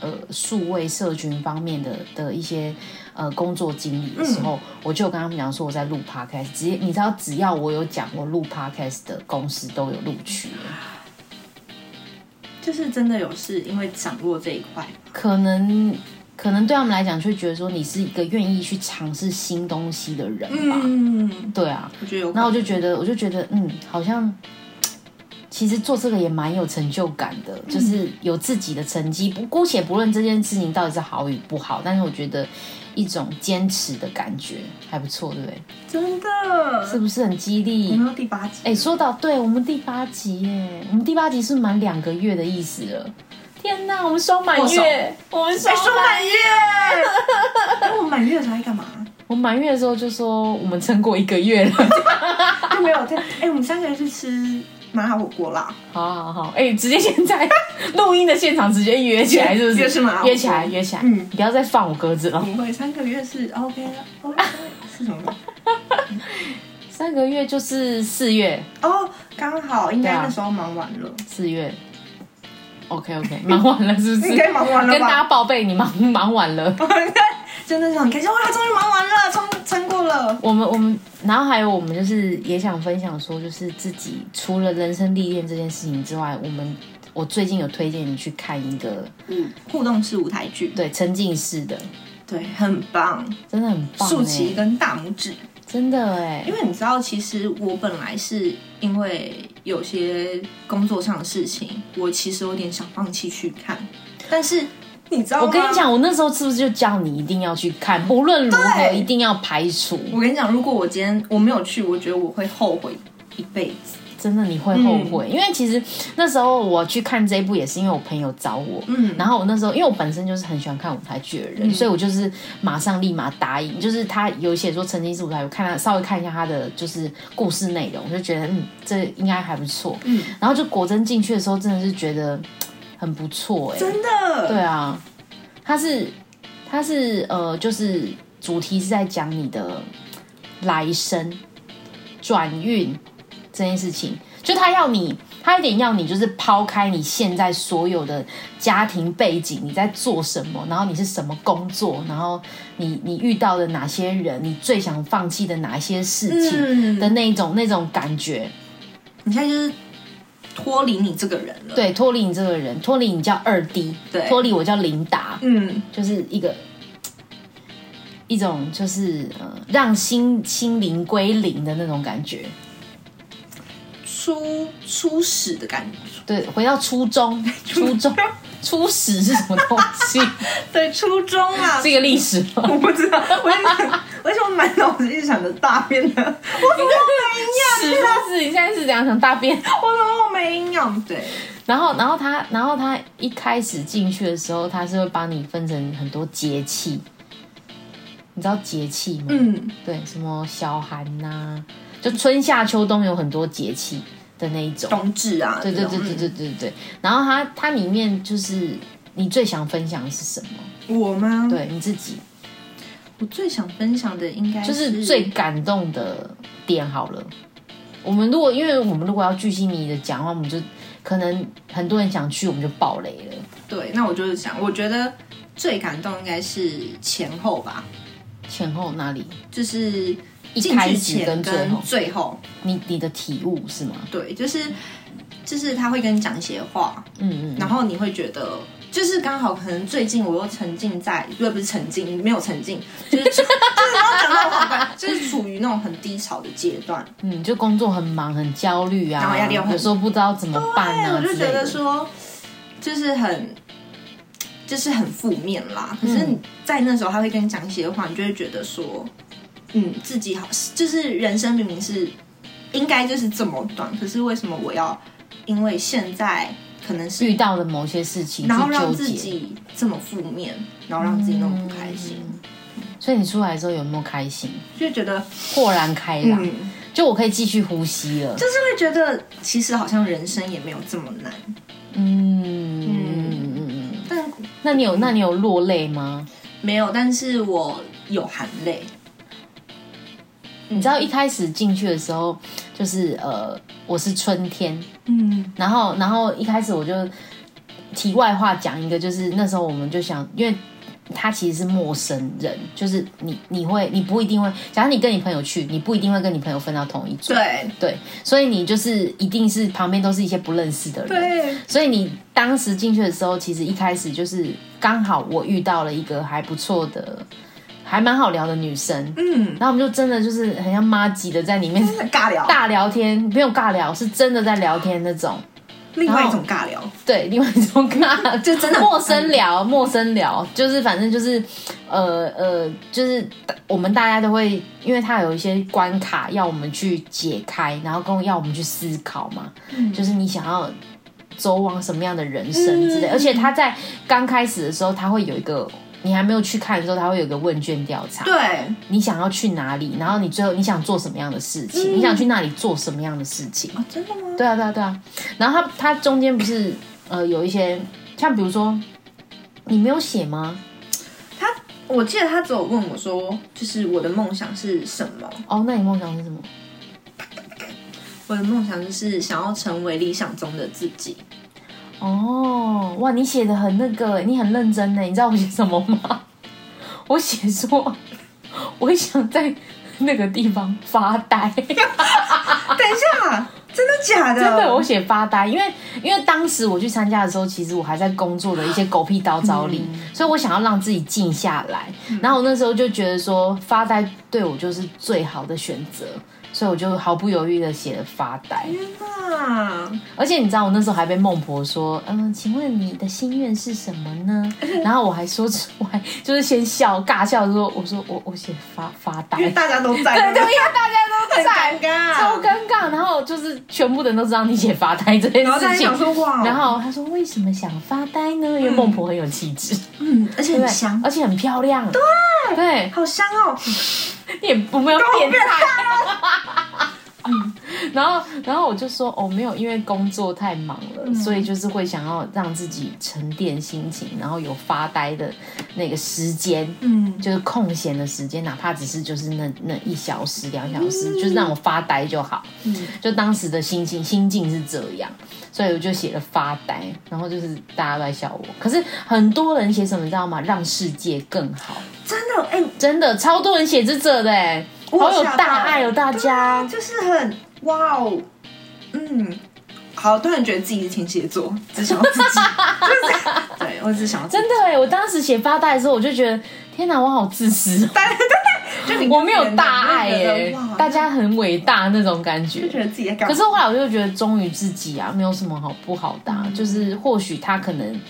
Speaker 1: 呃数位社群方面的的一些呃工作经历的
Speaker 2: 嗯
Speaker 1: 时候，我就有跟他们讲说我在录 podcast，直接你知道，只要我有讲我录 podcast 的公司都有录取了。
Speaker 2: 就是真的有是因为掌握这一块。
Speaker 1: 可能可能对他们来讲，就觉得说你是一个愿意去尝试新东西的人吧。
Speaker 2: 嗯，
Speaker 1: 对啊，
Speaker 2: 我觉得有可能。
Speaker 1: 然后我就觉得，我就觉得，嗯，好像其实做这个也蛮有成就感的，就是有自己的成绩。不姑且不论这件事情到底是好与不好，但是我觉得一种坚持的感觉还不错，对不对？
Speaker 2: 真的，
Speaker 1: 是不是很激
Speaker 2: 我
Speaker 1: 励？
Speaker 2: 们到第八集，
Speaker 1: 哎、说到对我们第八集耶，我们第八集是满两个月的意思了。天哪，我们双满
Speaker 2: 握手
Speaker 1: 月，我们
Speaker 2: 哎
Speaker 1: 双
Speaker 2: 说
Speaker 1: 满
Speaker 2: 满 月，那我们满月的时候在干嘛？
Speaker 1: 我满月的时候就说我们撑过一个月了，
Speaker 2: 就没有在。哎、我们三个人去吃麻辣火锅啦。
Speaker 1: 好好好，哎、直接现在录音的现场直接约起来，是不是？
Speaker 2: 约是吗
Speaker 1: 约起来，约起来，
Speaker 2: 嗯
Speaker 1: 不要再放我鸽子了。
Speaker 2: 不会，三个月是 OK 了，OK 是什么？
Speaker 1: 三个月就是四月，
Speaker 2: 哦，刚好应该
Speaker 1: 对啊
Speaker 2: 那时候忙完了，
Speaker 1: 四月。OK OK，忙完了是不是
Speaker 2: 应？该忙完了
Speaker 1: 跟大家
Speaker 2: 吧？
Speaker 1: 报备，你忙忙完了。
Speaker 2: 真的是很开心，哇，终于忙完了，冲撑过了。
Speaker 1: 我们我们，然后还有我们就是也想分享说，就是自己除了人生历练这件事情之外，我们我最近有推荐你去看一个
Speaker 2: 嗯，互动式舞台剧，
Speaker 1: 对沉浸式的，
Speaker 2: 对，很棒，
Speaker 1: 真的很棒、欸，
Speaker 2: 竖起一根大拇指。
Speaker 1: 真的哎、
Speaker 2: 因为你知道，其实我本来是因为有些工作上的事情，我其实有点想放弃去看，但是你知道吗，
Speaker 1: 我跟你讲，我那时候是不是就叫你一定要去看，无论如何
Speaker 2: 对嗯
Speaker 1: 一定要排除？
Speaker 2: 我跟你讲，如果我今天我没有去，我觉得我会后悔一辈子。
Speaker 1: 真的你会后悔，
Speaker 2: 嗯
Speaker 1: 因为其实那时候我去看这一部也是因为我朋友找我，
Speaker 2: 嗯
Speaker 1: 然后我那时候因为我本身就是很喜欢看舞台剧的人，所以我就是马上立马答应，就是他有写说曾经是舞台剧，我看他稍微看一下他的就是故事内容，我就觉得嗯这应该还不错，
Speaker 2: 嗯，
Speaker 1: 然后就果真进去的时候真的是觉得嗯很不错哎、
Speaker 2: 真的，
Speaker 1: 对啊，它是它是呃，就是主题是在讲你的来生转运这件事情，就他要你，他有点要你就是抛开你现在所有的家庭背景，你在做什么，然后你是什么工作，然后你你遇到的哪些人，你最想放弃的哪些事情。的
Speaker 2: 嗯，
Speaker 1: 那一种那种感觉，
Speaker 2: 你现在就是脱离你这个人了。，
Speaker 1: 对，脱离你这个人，脱离你叫二 D，
Speaker 2: 对
Speaker 1: 脱离我叫琳达，
Speaker 2: 嗯，
Speaker 1: 就是一个呃一种就是呃让心心灵归零的那种感觉，
Speaker 2: 初初始的感觉，
Speaker 1: 对，回到初中，初中初始是什么东西？
Speaker 2: 对，初中啊
Speaker 1: 是，一个历史吗？
Speaker 2: 我不知道， 我一直为什么满脑子一直想着大便呢？我怎么没
Speaker 1: 史
Speaker 2: 营养？
Speaker 1: 不是？你现在是怎样想大便？
Speaker 2: 我怎么没营养？对，
Speaker 1: 然后，然后他，然后他一开始进去的时候，他是会把你分成很多节气，你知道节气吗？
Speaker 2: 嗯，
Speaker 1: 对，什么小寒呐、就春夏秋冬有很多节气的那一种。
Speaker 2: 冬至啊，
Speaker 1: 对对对对对对对。然后它它里面就是你最想分享的是什么？
Speaker 2: 对，嗯我吗？，
Speaker 1: 对你自己，
Speaker 2: 我最想分享的应该
Speaker 1: 就是最感动的点好了。我们如果因为我们如果要巨细靡遗的讲的话，我们就可能很多人想去，我们就爆雷了。
Speaker 2: 对。那我就是想，我觉得最感动应该是前后吧，
Speaker 1: 前后那里，
Speaker 2: 就是进
Speaker 1: 开
Speaker 2: 去
Speaker 1: 始
Speaker 2: 前
Speaker 1: 跟最后
Speaker 2: 最后，
Speaker 1: 你你的体悟是吗？
Speaker 2: 对，就是就是他会跟你讲一些话，
Speaker 1: 嗯嗯
Speaker 2: 然后你会觉得。就是刚好，可能最近我又沉浸在，不不是沉浸，没有沉浸，就是 就是刚刚讲到好怪，就是处于那种很低潮的阶段。
Speaker 1: 嗯，就工作很忙很焦虑啊，
Speaker 2: 然后压力又很
Speaker 1: 有时候不知道怎么办
Speaker 2: 哎，
Speaker 1: 啊
Speaker 2: 我就
Speaker 1: 之
Speaker 2: 觉
Speaker 1: 类
Speaker 2: 得
Speaker 1: 的。
Speaker 2: 说，就是很，就是很负面啦。可
Speaker 1: 嗯
Speaker 2: 是你在那时候，他会跟你讲一些话，你就会觉得说，嗯，自己好，就是人生明明是应该就是这么短，可是为什么我要因为现在可能是
Speaker 1: 遇到的某些事情去
Speaker 2: 然后让
Speaker 1: 纠
Speaker 2: 自
Speaker 1: 结，
Speaker 2: 己这么负面，然后让自己那么不开心，
Speaker 1: 嗯所以你出来之后有没有开心？
Speaker 2: 就觉得
Speaker 1: 豁然开朗，
Speaker 2: 嗯，
Speaker 1: 就我可以继续呼吸了。
Speaker 2: 就是会觉得其实好像人生也没有这么难，
Speaker 1: 嗯嗯嗯嗯。
Speaker 2: 但
Speaker 1: 那你有那你有落泪吗？
Speaker 2: 没有，但是我有含泪。
Speaker 1: 你知道一开始进去的时候，就是呃，我是春天，
Speaker 2: 嗯，
Speaker 1: 然后然后一开始我就题外话讲一个，就是那时候我们就想，因为。他其实是陌生人，就是你，你会，你不一定会。假如你跟你朋友去，你不一定会跟你朋友分到同一组，
Speaker 2: 对
Speaker 1: 对，所以你就是一定是旁边都是一些不认识的人，
Speaker 2: 对，
Speaker 1: 所以你当时进去的时候，其实一开始就是刚好我遇到了一个还不错的，还蛮好聊的女生，
Speaker 2: 嗯，
Speaker 1: 然后我们就真的就是很像妈吉的在里面
Speaker 2: 尬聊，
Speaker 1: 大聊天，没有尬聊，是真的在聊天那种。
Speaker 2: 另外一种尬聊，
Speaker 1: 对，另外一种尬，
Speaker 2: 就真的
Speaker 1: 陌生聊，陌生聊，就是反正就是，呃呃，就是我们大家都会，因为它有一些关卡要我们去解开，然后跟要我们去思考嘛，
Speaker 2: 嗯
Speaker 1: 就是你想要走往什么样的人生之类，
Speaker 2: 嗯
Speaker 1: 而且他在刚开始的时候，他会有一个。你还没有去看的时候，他会有一个问卷调查，
Speaker 2: 对，
Speaker 1: 你想要去哪里，然后你最后你想做什么样的事情，你想
Speaker 2: 嗯
Speaker 1: 去那里做什么样的事情，
Speaker 2: 哦，真的吗？
Speaker 1: 对啊，对啊，对啊。然后它它中间不是呃有一些像比如说你没有写吗？
Speaker 2: 他，我记得他只有问我说，就是我的梦想是什么？
Speaker 1: 哦，那你梦想是什么？
Speaker 2: 我的梦想就是想要成为理想中的自己。
Speaker 1: 哦，哇，你写的很那个，你很认真呢。你知道我写什么吗？ 我写说我想在那个地方发呆。
Speaker 2: 等一下，真的假的？
Speaker 1: 真的，我写发呆，因为因为当时我去参加的时候，其实我还在工作的一些狗屁叨叨里，
Speaker 2: 嗯
Speaker 1: 所以我想要让自己静下来。然后我那时候就觉得说，发呆对我就是最好的选择，所以我就毫不犹豫的写了发呆。
Speaker 2: 天哪！
Speaker 1: 而且你知道，我那时候还被孟婆说，嗯，请问你的心愿是什么呢？
Speaker 2: 嗯
Speaker 1: 然后我还说出，我还就是先笑尬笑说，我说我我写发发呆，
Speaker 2: 因为
Speaker 1: 对
Speaker 2: 大家都在，
Speaker 1: 对，因为大家都
Speaker 2: 很
Speaker 1: 在
Speaker 2: 尴。尬，
Speaker 1: 超尴尬，然后就是全部的人都知道你写发呆这件
Speaker 2: 然后大
Speaker 1: 事
Speaker 2: 家
Speaker 1: 情
Speaker 2: 想，说哇，
Speaker 1: 然后他说为什么想发呆呢？因为孟婆很有气质，
Speaker 2: 嗯，而且
Speaker 1: 嗯对不
Speaker 2: 很
Speaker 1: 对
Speaker 2: 香，
Speaker 1: 而且很漂亮，对对，
Speaker 2: 好香哦，
Speaker 1: 你也不没有
Speaker 2: 好
Speaker 1: 变
Speaker 2: 变
Speaker 1: 态。嗯
Speaker 2: 态，
Speaker 1: 然后然后我就说哦，没有，因为工作太忙了，所以就是会想要让自己沉淀心情，然后有发呆的那个时间。
Speaker 2: 嗯，
Speaker 1: 就是空闲的时间，哪怕只是就是那那一小时、两小时，就是让我发呆就好。
Speaker 2: 嗯
Speaker 1: 就当时的心情心境是这样，所以我就写了发呆，然后就是大家都在笑我。可是很多人写什么，你知道吗？让世界更好，
Speaker 2: 真的，哎，
Speaker 1: 真的超多人写这这的、欸，
Speaker 2: 我
Speaker 1: 好有
Speaker 2: 吓到
Speaker 1: 大爱哦，大家。
Speaker 2: 啊就是很哇哦，嗯，好，突然觉得自己是天蝎座，只想要 自己，就是对我只想要自己
Speaker 1: 真的哎、我当时写发呆的时候，我就觉得天哪，我好自 私哦，
Speaker 2: 就你
Speaker 1: 我没有大爱
Speaker 2: 哎、
Speaker 1: 哎、
Speaker 2: 哇，
Speaker 1: 大家很伟大那种感觉
Speaker 2: 就。觉得自己在干
Speaker 1: 可
Speaker 2: 嘛？
Speaker 1: 是后来我就觉得忠于自己啊，没有什么好不好的啊、就是或许他可能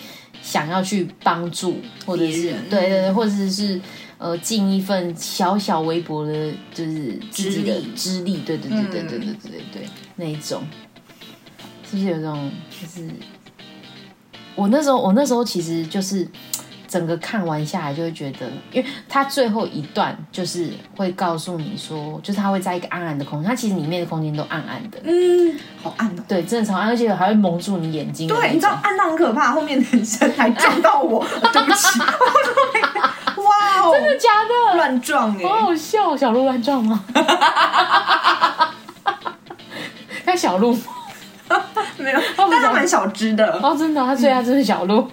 Speaker 1: 想要去帮助，或者
Speaker 2: 别
Speaker 1: 是
Speaker 2: 人
Speaker 1: 对对对，或者是呃尽一份小小微薄的，就是自己的资力，对对对对对对对对对，那一种，是不是有这种就是？我那时候，我那时候其实就是整个看完下来，就会觉得，因为他最后一段就是会告诉你说，就是他会在一个暗暗的空间，它其实里面的空间都暗暗的，
Speaker 2: 嗯，好暗哦。
Speaker 1: 对，正常，而且还会蒙住你眼睛的那种。
Speaker 2: 对，你知道暗到很可怕，后面的人生还撞 到我，对不起。哇哦，
Speaker 1: 真的假的？
Speaker 2: 乱撞哎、
Speaker 1: 好好笑，小鹿乱撞哦吗？他小鹿吗
Speaker 2: 没有，
Speaker 1: 他不
Speaker 2: 但他
Speaker 1: 撞
Speaker 2: 蛮小只的，
Speaker 1: 哦，真的，他最爱就是小鹿，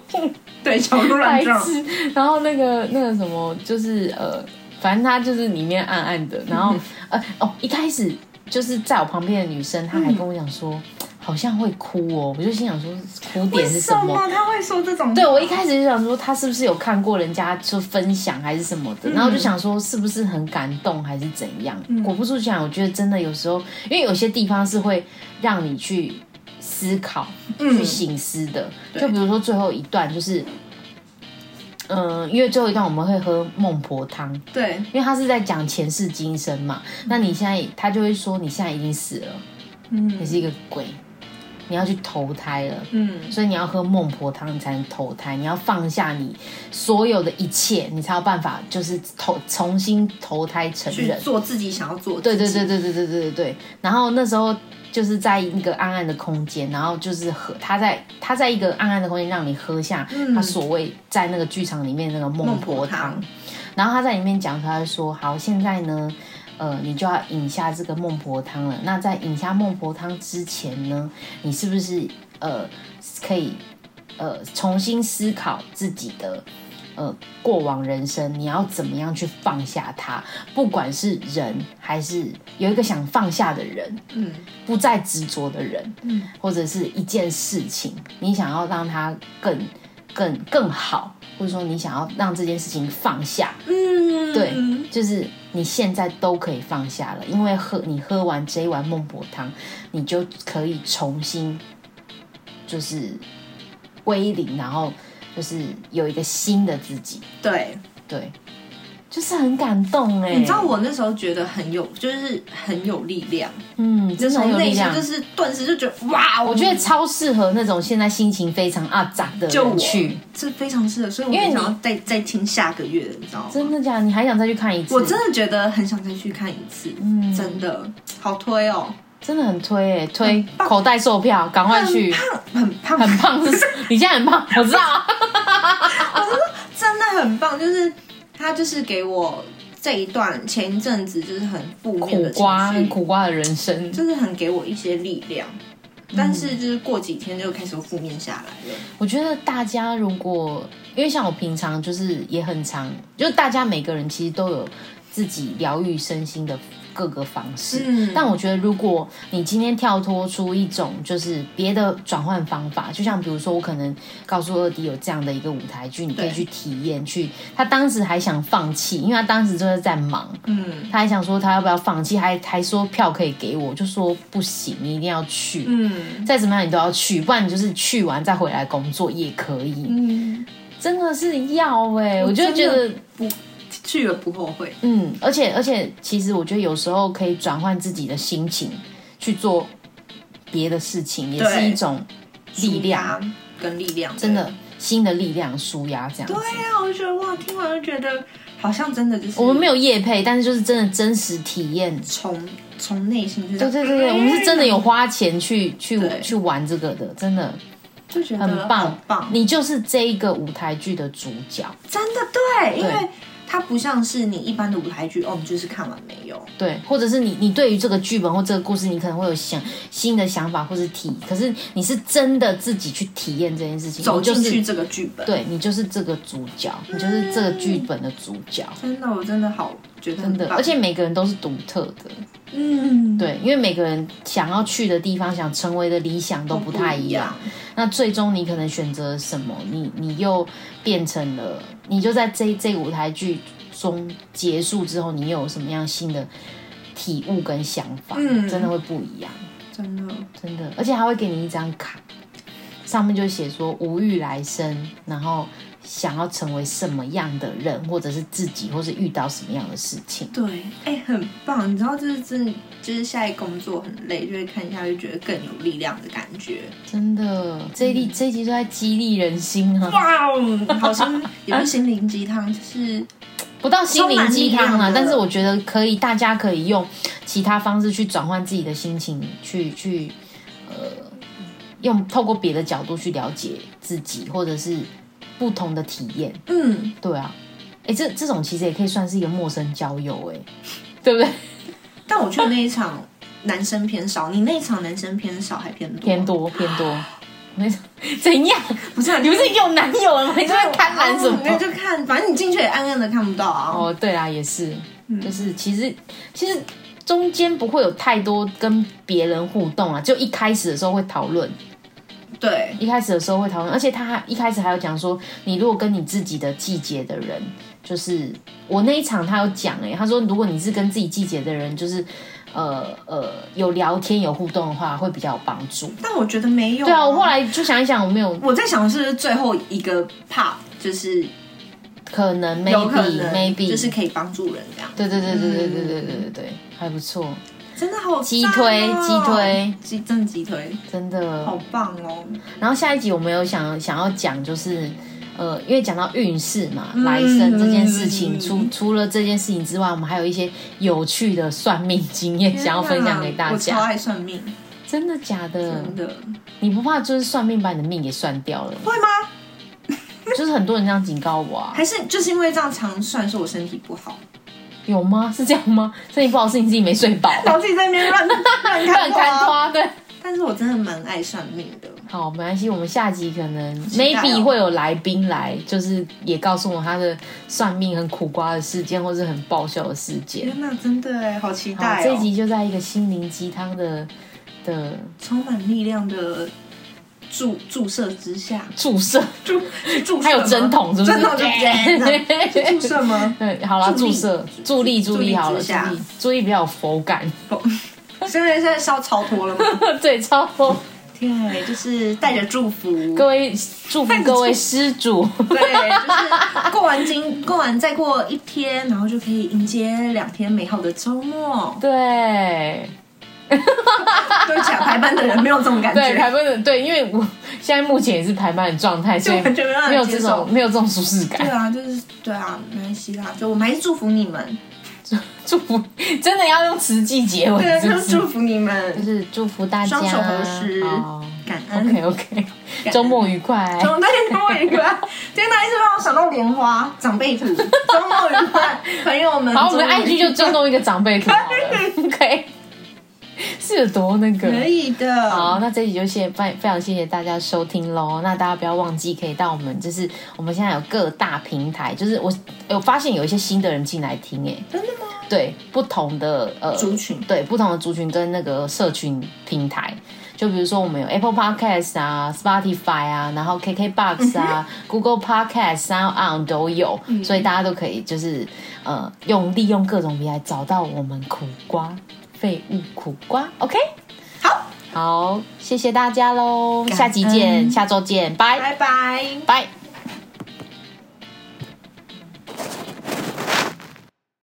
Speaker 2: 对，小鹿嗯乱
Speaker 1: 白
Speaker 2: 撞。
Speaker 1: 痴。然后那个那个什么，就是呃，反正他就是里面暗暗的。然后
Speaker 2: 嗯
Speaker 1: 呃哦，一开始就是在我旁边的女生，
Speaker 2: 嗯
Speaker 1: 她还跟我讲说，好像会哭哦。我就心想说，哭
Speaker 2: 为
Speaker 1: 点是
Speaker 2: 什
Speaker 1: 什么？
Speaker 2: 么他会说这种？
Speaker 1: 对，我一开始就想说，他是不是有看过人家就分享还是什么的，然后就想说是不是很感动还是怎样。果不出其然，我觉得真的有时候，因为有些地方是会让你去思考、去醒思的。就比如说最后一段，就是，嗯、因为最后一段我们会喝孟婆汤，
Speaker 2: 对，
Speaker 1: 因为他是在讲前世今生嘛。那你现在他就会说你现在已经死了，你
Speaker 2: 嗯
Speaker 1: 是一个鬼，你要去投胎了。
Speaker 2: 嗯，
Speaker 1: 所以你要喝孟婆汤，你才能投胎。你要放下你所有的一切，你才有办法，就是投重新投胎成
Speaker 2: 去
Speaker 1: 人。
Speaker 2: 做自己想要做。
Speaker 1: 对对对，对对对对对对。然后那时候就是在一个暗暗的空间，然后就是喝，他在他在一个暗暗的空间让你喝下他所谓在那个剧场里面那个孟
Speaker 2: 孟
Speaker 1: 婆
Speaker 2: 婆
Speaker 1: 汤
Speaker 2: 汤。
Speaker 1: 然后他在里面讲，他就说：“好，现在呢，呃，你就要饮下这个孟婆汤了。那在饮下孟婆汤之前呢，你是不是呃可以呃重新思考自己的呃过往人生？你要怎么样去放下它？不管是人还是有一个想放下的人，
Speaker 2: 嗯
Speaker 1: 不再执着的人，
Speaker 2: 嗯，
Speaker 1: 或者是一件事情，你想要让它更更更好，或者说你想要让这件事情放下，
Speaker 2: 嗯，
Speaker 1: 对，就是你现在都可以放下了，因为喝你喝完这一碗孟婆汤，你就可以重新就是归零，然后就是有一个新的自己，
Speaker 2: 对。
Speaker 1: 对，就是很感动哎、
Speaker 2: 你知道我那时候觉得很有，就是很有力量，
Speaker 1: 嗯，真
Speaker 2: 就是
Speaker 1: 的很有
Speaker 2: 内
Speaker 1: 力
Speaker 2: 心
Speaker 1: 量，
Speaker 2: 就是顿时就觉得哇，
Speaker 1: 我觉得超适合那种现在心情非常阿杂的
Speaker 2: 就我
Speaker 1: 人去。
Speaker 2: 这非常适合，所以我
Speaker 1: 因为你
Speaker 2: 很想要再再听下个月的，你知道吗？
Speaker 1: 真的假的？你还想再去看一次？
Speaker 2: 我真的觉得很想再去看一次，
Speaker 1: 嗯
Speaker 2: 真的好推哦，
Speaker 1: 真的很推诶、推
Speaker 2: 棒
Speaker 1: 口袋售票，赶快去。
Speaker 2: 很胖，
Speaker 1: 很胖是？你现在很胖，我知道啊。
Speaker 2: 真的很棒，就是他就是给我这一段前一阵子就是很负 面
Speaker 1: 苦
Speaker 2: 的情
Speaker 1: 瓜，
Speaker 2: 绪，
Speaker 1: 苦瓜的人生。
Speaker 2: 就是很给我一些力量。
Speaker 1: 嗯
Speaker 2: 但是就是过几天就开始负面下来了，
Speaker 1: 我觉得大家如果，因为像我平常就是也很常，就是大家每个人其实都有自己疗愈身心的各个方式。
Speaker 2: 嗯
Speaker 1: 但我觉得，如果你今天跳脱出一种就是别的转换方法，就像比如说，我可能告诉二弟有这样的一个舞台剧，你可以
Speaker 2: 对
Speaker 1: 去体验去。他当时还想放弃，因为他当时就是在忙，
Speaker 2: 嗯
Speaker 1: 他还想说他要不要放弃，还还说票可以给我，就说不行，你一定要去。
Speaker 2: 嗯
Speaker 1: 再怎么样你都要去，不然你就是去完再回来工作也可以。
Speaker 2: 嗯，
Speaker 1: 真的是要哎、我就
Speaker 2: 真的
Speaker 1: 觉得，
Speaker 2: 不去了不后悔，
Speaker 1: 嗯，而且而且，其实我觉得有时候可以转换自己的心情去做别的事情，也是
Speaker 2: 对
Speaker 1: 一种力量，
Speaker 2: 舒压跟力量，
Speaker 1: 真的新的力量舒压这样子
Speaker 2: 对。对啊，我就觉得哇，听完就觉得好像真的就是
Speaker 1: 我们没有业配，但是就是真的真实体验。
Speaker 2: 从从内心就是
Speaker 1: 对对对对，我们是真的有花钱去去
Speaker 2: 对
Speaker 1: 去玩这个的，真的
Speaker 2: 就觉得
Speaker 1: 很棒
Speaker 2: 很棒，
Speaker 1: 你就是这一个舞台剧的主角，
Speaker 2: 真的对，因
Speaker 1: 对
Speaker 2: 为它不像是你一般的舞台剧哦，你就是看完没有，
Speaker 1: 对，或者是你你对于这个剧本或这个故事，你可能会有想新的想法或是体，可是你是真的自己去体验这件事情，
Speaker 2: 走
Speaker 1: 你就
Speaker 2: 进
Speaker 1: 是
Speaker 2: 去这个剧本，
Speaker 1: 对你就是这个主角，你就是这个剧本的主角，
Speaker 2: 真的我真的好觉得很
Speaker 1: 真的，
Speaker 2: 棒
Speaker 1: 而且每个人都是独特的，
Speaker 2: 嗯，
Speaker 1: 对，因为每个人想要去的地方、想成为的理想都不太
Speaker 2: 不
Speaker 1: 一
Speaker 2: 一
Speaker 1: 样。，那最终你可能选择什么，你你又变成了，你就在这这舞台剧中结束之后，你又有什么样新的体悟跟想法，
Speaker 2: 嗯
Speaker 1: 真的会不一样，
Speaker 2: 真的
Speaker 1: 真的，而且还会给你一张卡，上面就写说无欲来生，然后想要成为什么样的人，或者是自己，或是遇到什么样的事情。
Speaker 2: 对，哎、很棒！你知道，就是真的就是现在工作很累，就会看一下，就觉得更有力量的感觉。
Speaker 1: 真的，这一集、
Speaker 2: 嗯
Speaker 1: 这一集都在激励人心啊！
Speaker 2: 哇哦，好心也不是心灵鸡汤，就是
Speaker 1: 不到心灵鸡
Speaker 2: 充
Speaker 1: 汤
Speaker 2: 满
Speaker 1: 啊
Speaker 2: 力量的，
Speaker 1: 但是我觉得可以，大家可以用其他方式去转换自己的心情，去去呃，用透过别的角度去了解自己，或者是不同的体验。
Speaker 2: 嗯，
Speaker 1: 对啊，哎，这这种其实也可以算是一个陌生交友，哎，对不对？
Speaker 2: 但我觉得那一场男生偏少，你那一场男生偏少还偏多？
Speaker 1: 偏多偏多，没 怎样？
Speaker 2: 不是、啊？
Speaker 1: 你不是有男友了吗？你这边贪婪什
Speaker 2: 那
Speaker 1: 么？
Speaker 2: 就看，反正你进去也暗暗的看不到啊。
Speaker 1: 哦，对啦，也是，
Speaker 2: 嗯
Speaker 1: 就是其实其实中间不会有太多跟别人互动啊，就一开始的时候会讨论，
Speaker 2: 对，
Speaker 1: 一开始的时候会讨论，而且他还一开始还有讲说，你如果跟你自己的季节的人，就是我那一场他有讲哎、他说如果你是跟自己季节的人，就是呃呃有聊天有互动的话，会比较有帮助。
Speaker 2: 但我觉得没有、
Speaker 1: 对啊，我后来就想一想，我没有
Speaker 2: 我在想是不是最后一个 part 就是
Speaker 1: 可能
Speaker 2: 有可能
Speaker 1: maybe maybe
Speaker 2: 就是可以帮助人这样。
Speaker 1: 对对对对对对对对对对，还不错，
Speaker 2: 真的好、哦，
Speaker 1: 击推击推
Speaker 2: 击真的击推，
Speaker 1: 真
Speaker 2: 好
Speaker 1: 的。
Speaker 2: 棒哦！
Speaker 1: 然后下一集我们有想想要讲，就是呃，因为讲到运势嘛，
Speaker 2: 嗯
Speaker 1: 来生这件事情，
Speaker 2: 嗯
Speaker 1: 除除了这件事情之外，我们还有一些有趣的算命经验想要分享给大
Speaker 2: 我超
Speaker 1: 家。嗯
Speaker 2: 爱算命，
Speaker 1: 真的假的？
Speaker 2: 真的
Speaker 1: 你不怕就是算命把你的命给算掉了？
Speaker 2: 会吗？
Speaker 1: 就是很多人这样警告我啊，
Speaker 2: 还是就是因为这样常算，说我身体不好，
Speaker 1: 有吗？是这样吗？身体不好是你自己没 睡饱，
Speaker 2: 然后自己在那边乱乱
Speaker 1: 乱
Speaker 2: 看
Speaker 1: 看
Speaker 2: 花。
Speaker 1: 花对。
Speaker 2: 但是我真的蛮爱算命的，
Speaker 1: 好，没关系，我们下集可能
Speaker 2: 期待哦
Speaker 1: maybe 会有来宾来，就是也告诉我他的算命很苦瓜的事件，或是很爆笑的事件。
Speaker 2: 天哪，真的哎，好期
Speaker 1: 好
Speaker 2: 待、，哦！
Speaker 1: 这一集就在一个心灵鸡汤的的
Speaker 2: 充满力量的注注射之下，
Speaker 1: 注射，
Speaker 2: 注注射吗
Speaker 1: 还有针筒是不是？
Speaker 2: 针筒就
Speaker 1: 对
Speaker 2: 注射吗？
Speaker 1: 对，好啦，
Speaker 2: 助
Speaker 1: 注
Speaker 2: 力
Speaker 1: 射，助力，助
Speaker 2: 助力
Speaker 1: 力
Speaker 2: 之
Speaker 1: 好了，助
Speaker 2: 下
Speaker 1: 力，助力比较有佛感，
Speaker 2: 现在现在是要超脱了吗？
Speaker 1: 对，超佛。
Speaker 2: 对，就是带着祝福，
Speaker 1: 各位祝福各位施 主，。
Speaker 2: 对，就是过完今过完再过一天，然后就可以迎接两天美好的周末
Speaker 1: 对。
Speaker 2: 对不起啊，排班的人没有这种感
Speaker 1: 对排
Speaker 2: 觉。
Speaker 1: 班的，对，因为我现在目前也是排班的状态，所以
Speaker 2: 完全没办法
Speaker 1: 没有
Speaker 2: 接
Speaker 1: 这
Speaker 2: 受
Speaker 1: 种没有这种舒适
Speaker 2: 对
Speaker 1: 感。
Speaker 2: 啊，就是对啊，没关系啦，就我们还是祝福你们，
Speaker 1: 祝福 真的要用词句结
Speaker 2: 对 啊，
Speaker 1: 尾，是
Speaker 2: 就
Speaker 1: 不
Speaker 2: 是
Speaker 1: 是？
Speaker 2: 祝福你
Speaker 1: 就
Speaker 2: 们，
Speaker 1: 是祝福大家
Speaker 2: 双手合十嗯
Speaker 1: 好
Speaker 2: 感恩。
Speaker 1: ，OK OK，周末愉快，
Speaker 2: 总对，周末愉 快。天哪，一直让我想到莲花长辈图， 周末愉快，朋友们。
Speaker 1: 好，我们的
Speaker 2: 周末愉
Speaker 1: IG 就就弄一个长辈图好 了，OK，是有多那个？
Speaker 2: 可以的。
Speaker 1: 好，那这一集就谢非非常谢谢大家收听喽。那大家不要忘记可以到我们，就是我们现在有各大平台，就是我有发现有一些新的人进来听、欸，
Speaker 2: 真的吗？
Speaker 1: 对不同的呃
Speaker 2: 族群
Speaker 1: 对不同的族群跟那个社群平台。就比如说，我们有 Apple Podcast 啊、Spotify 啊，然后 KKBox
Speaker 2: 嗯
Speaker 1: 啊、Google Podcast、Sound On 都有，所以大家都可以就是呃用利用各种平台找到我们苦瓜废物苦瓜，OK？
Speaker 2: 好，
Speaker 1: 好，谢谢大家喽，
Speaker 2: 感
Speaker 1: 下集见，
Speaker 2: 恩
Speaker 1: 下周见，拜
Speaker 2: 拜拜。
Speaker 1: 拜。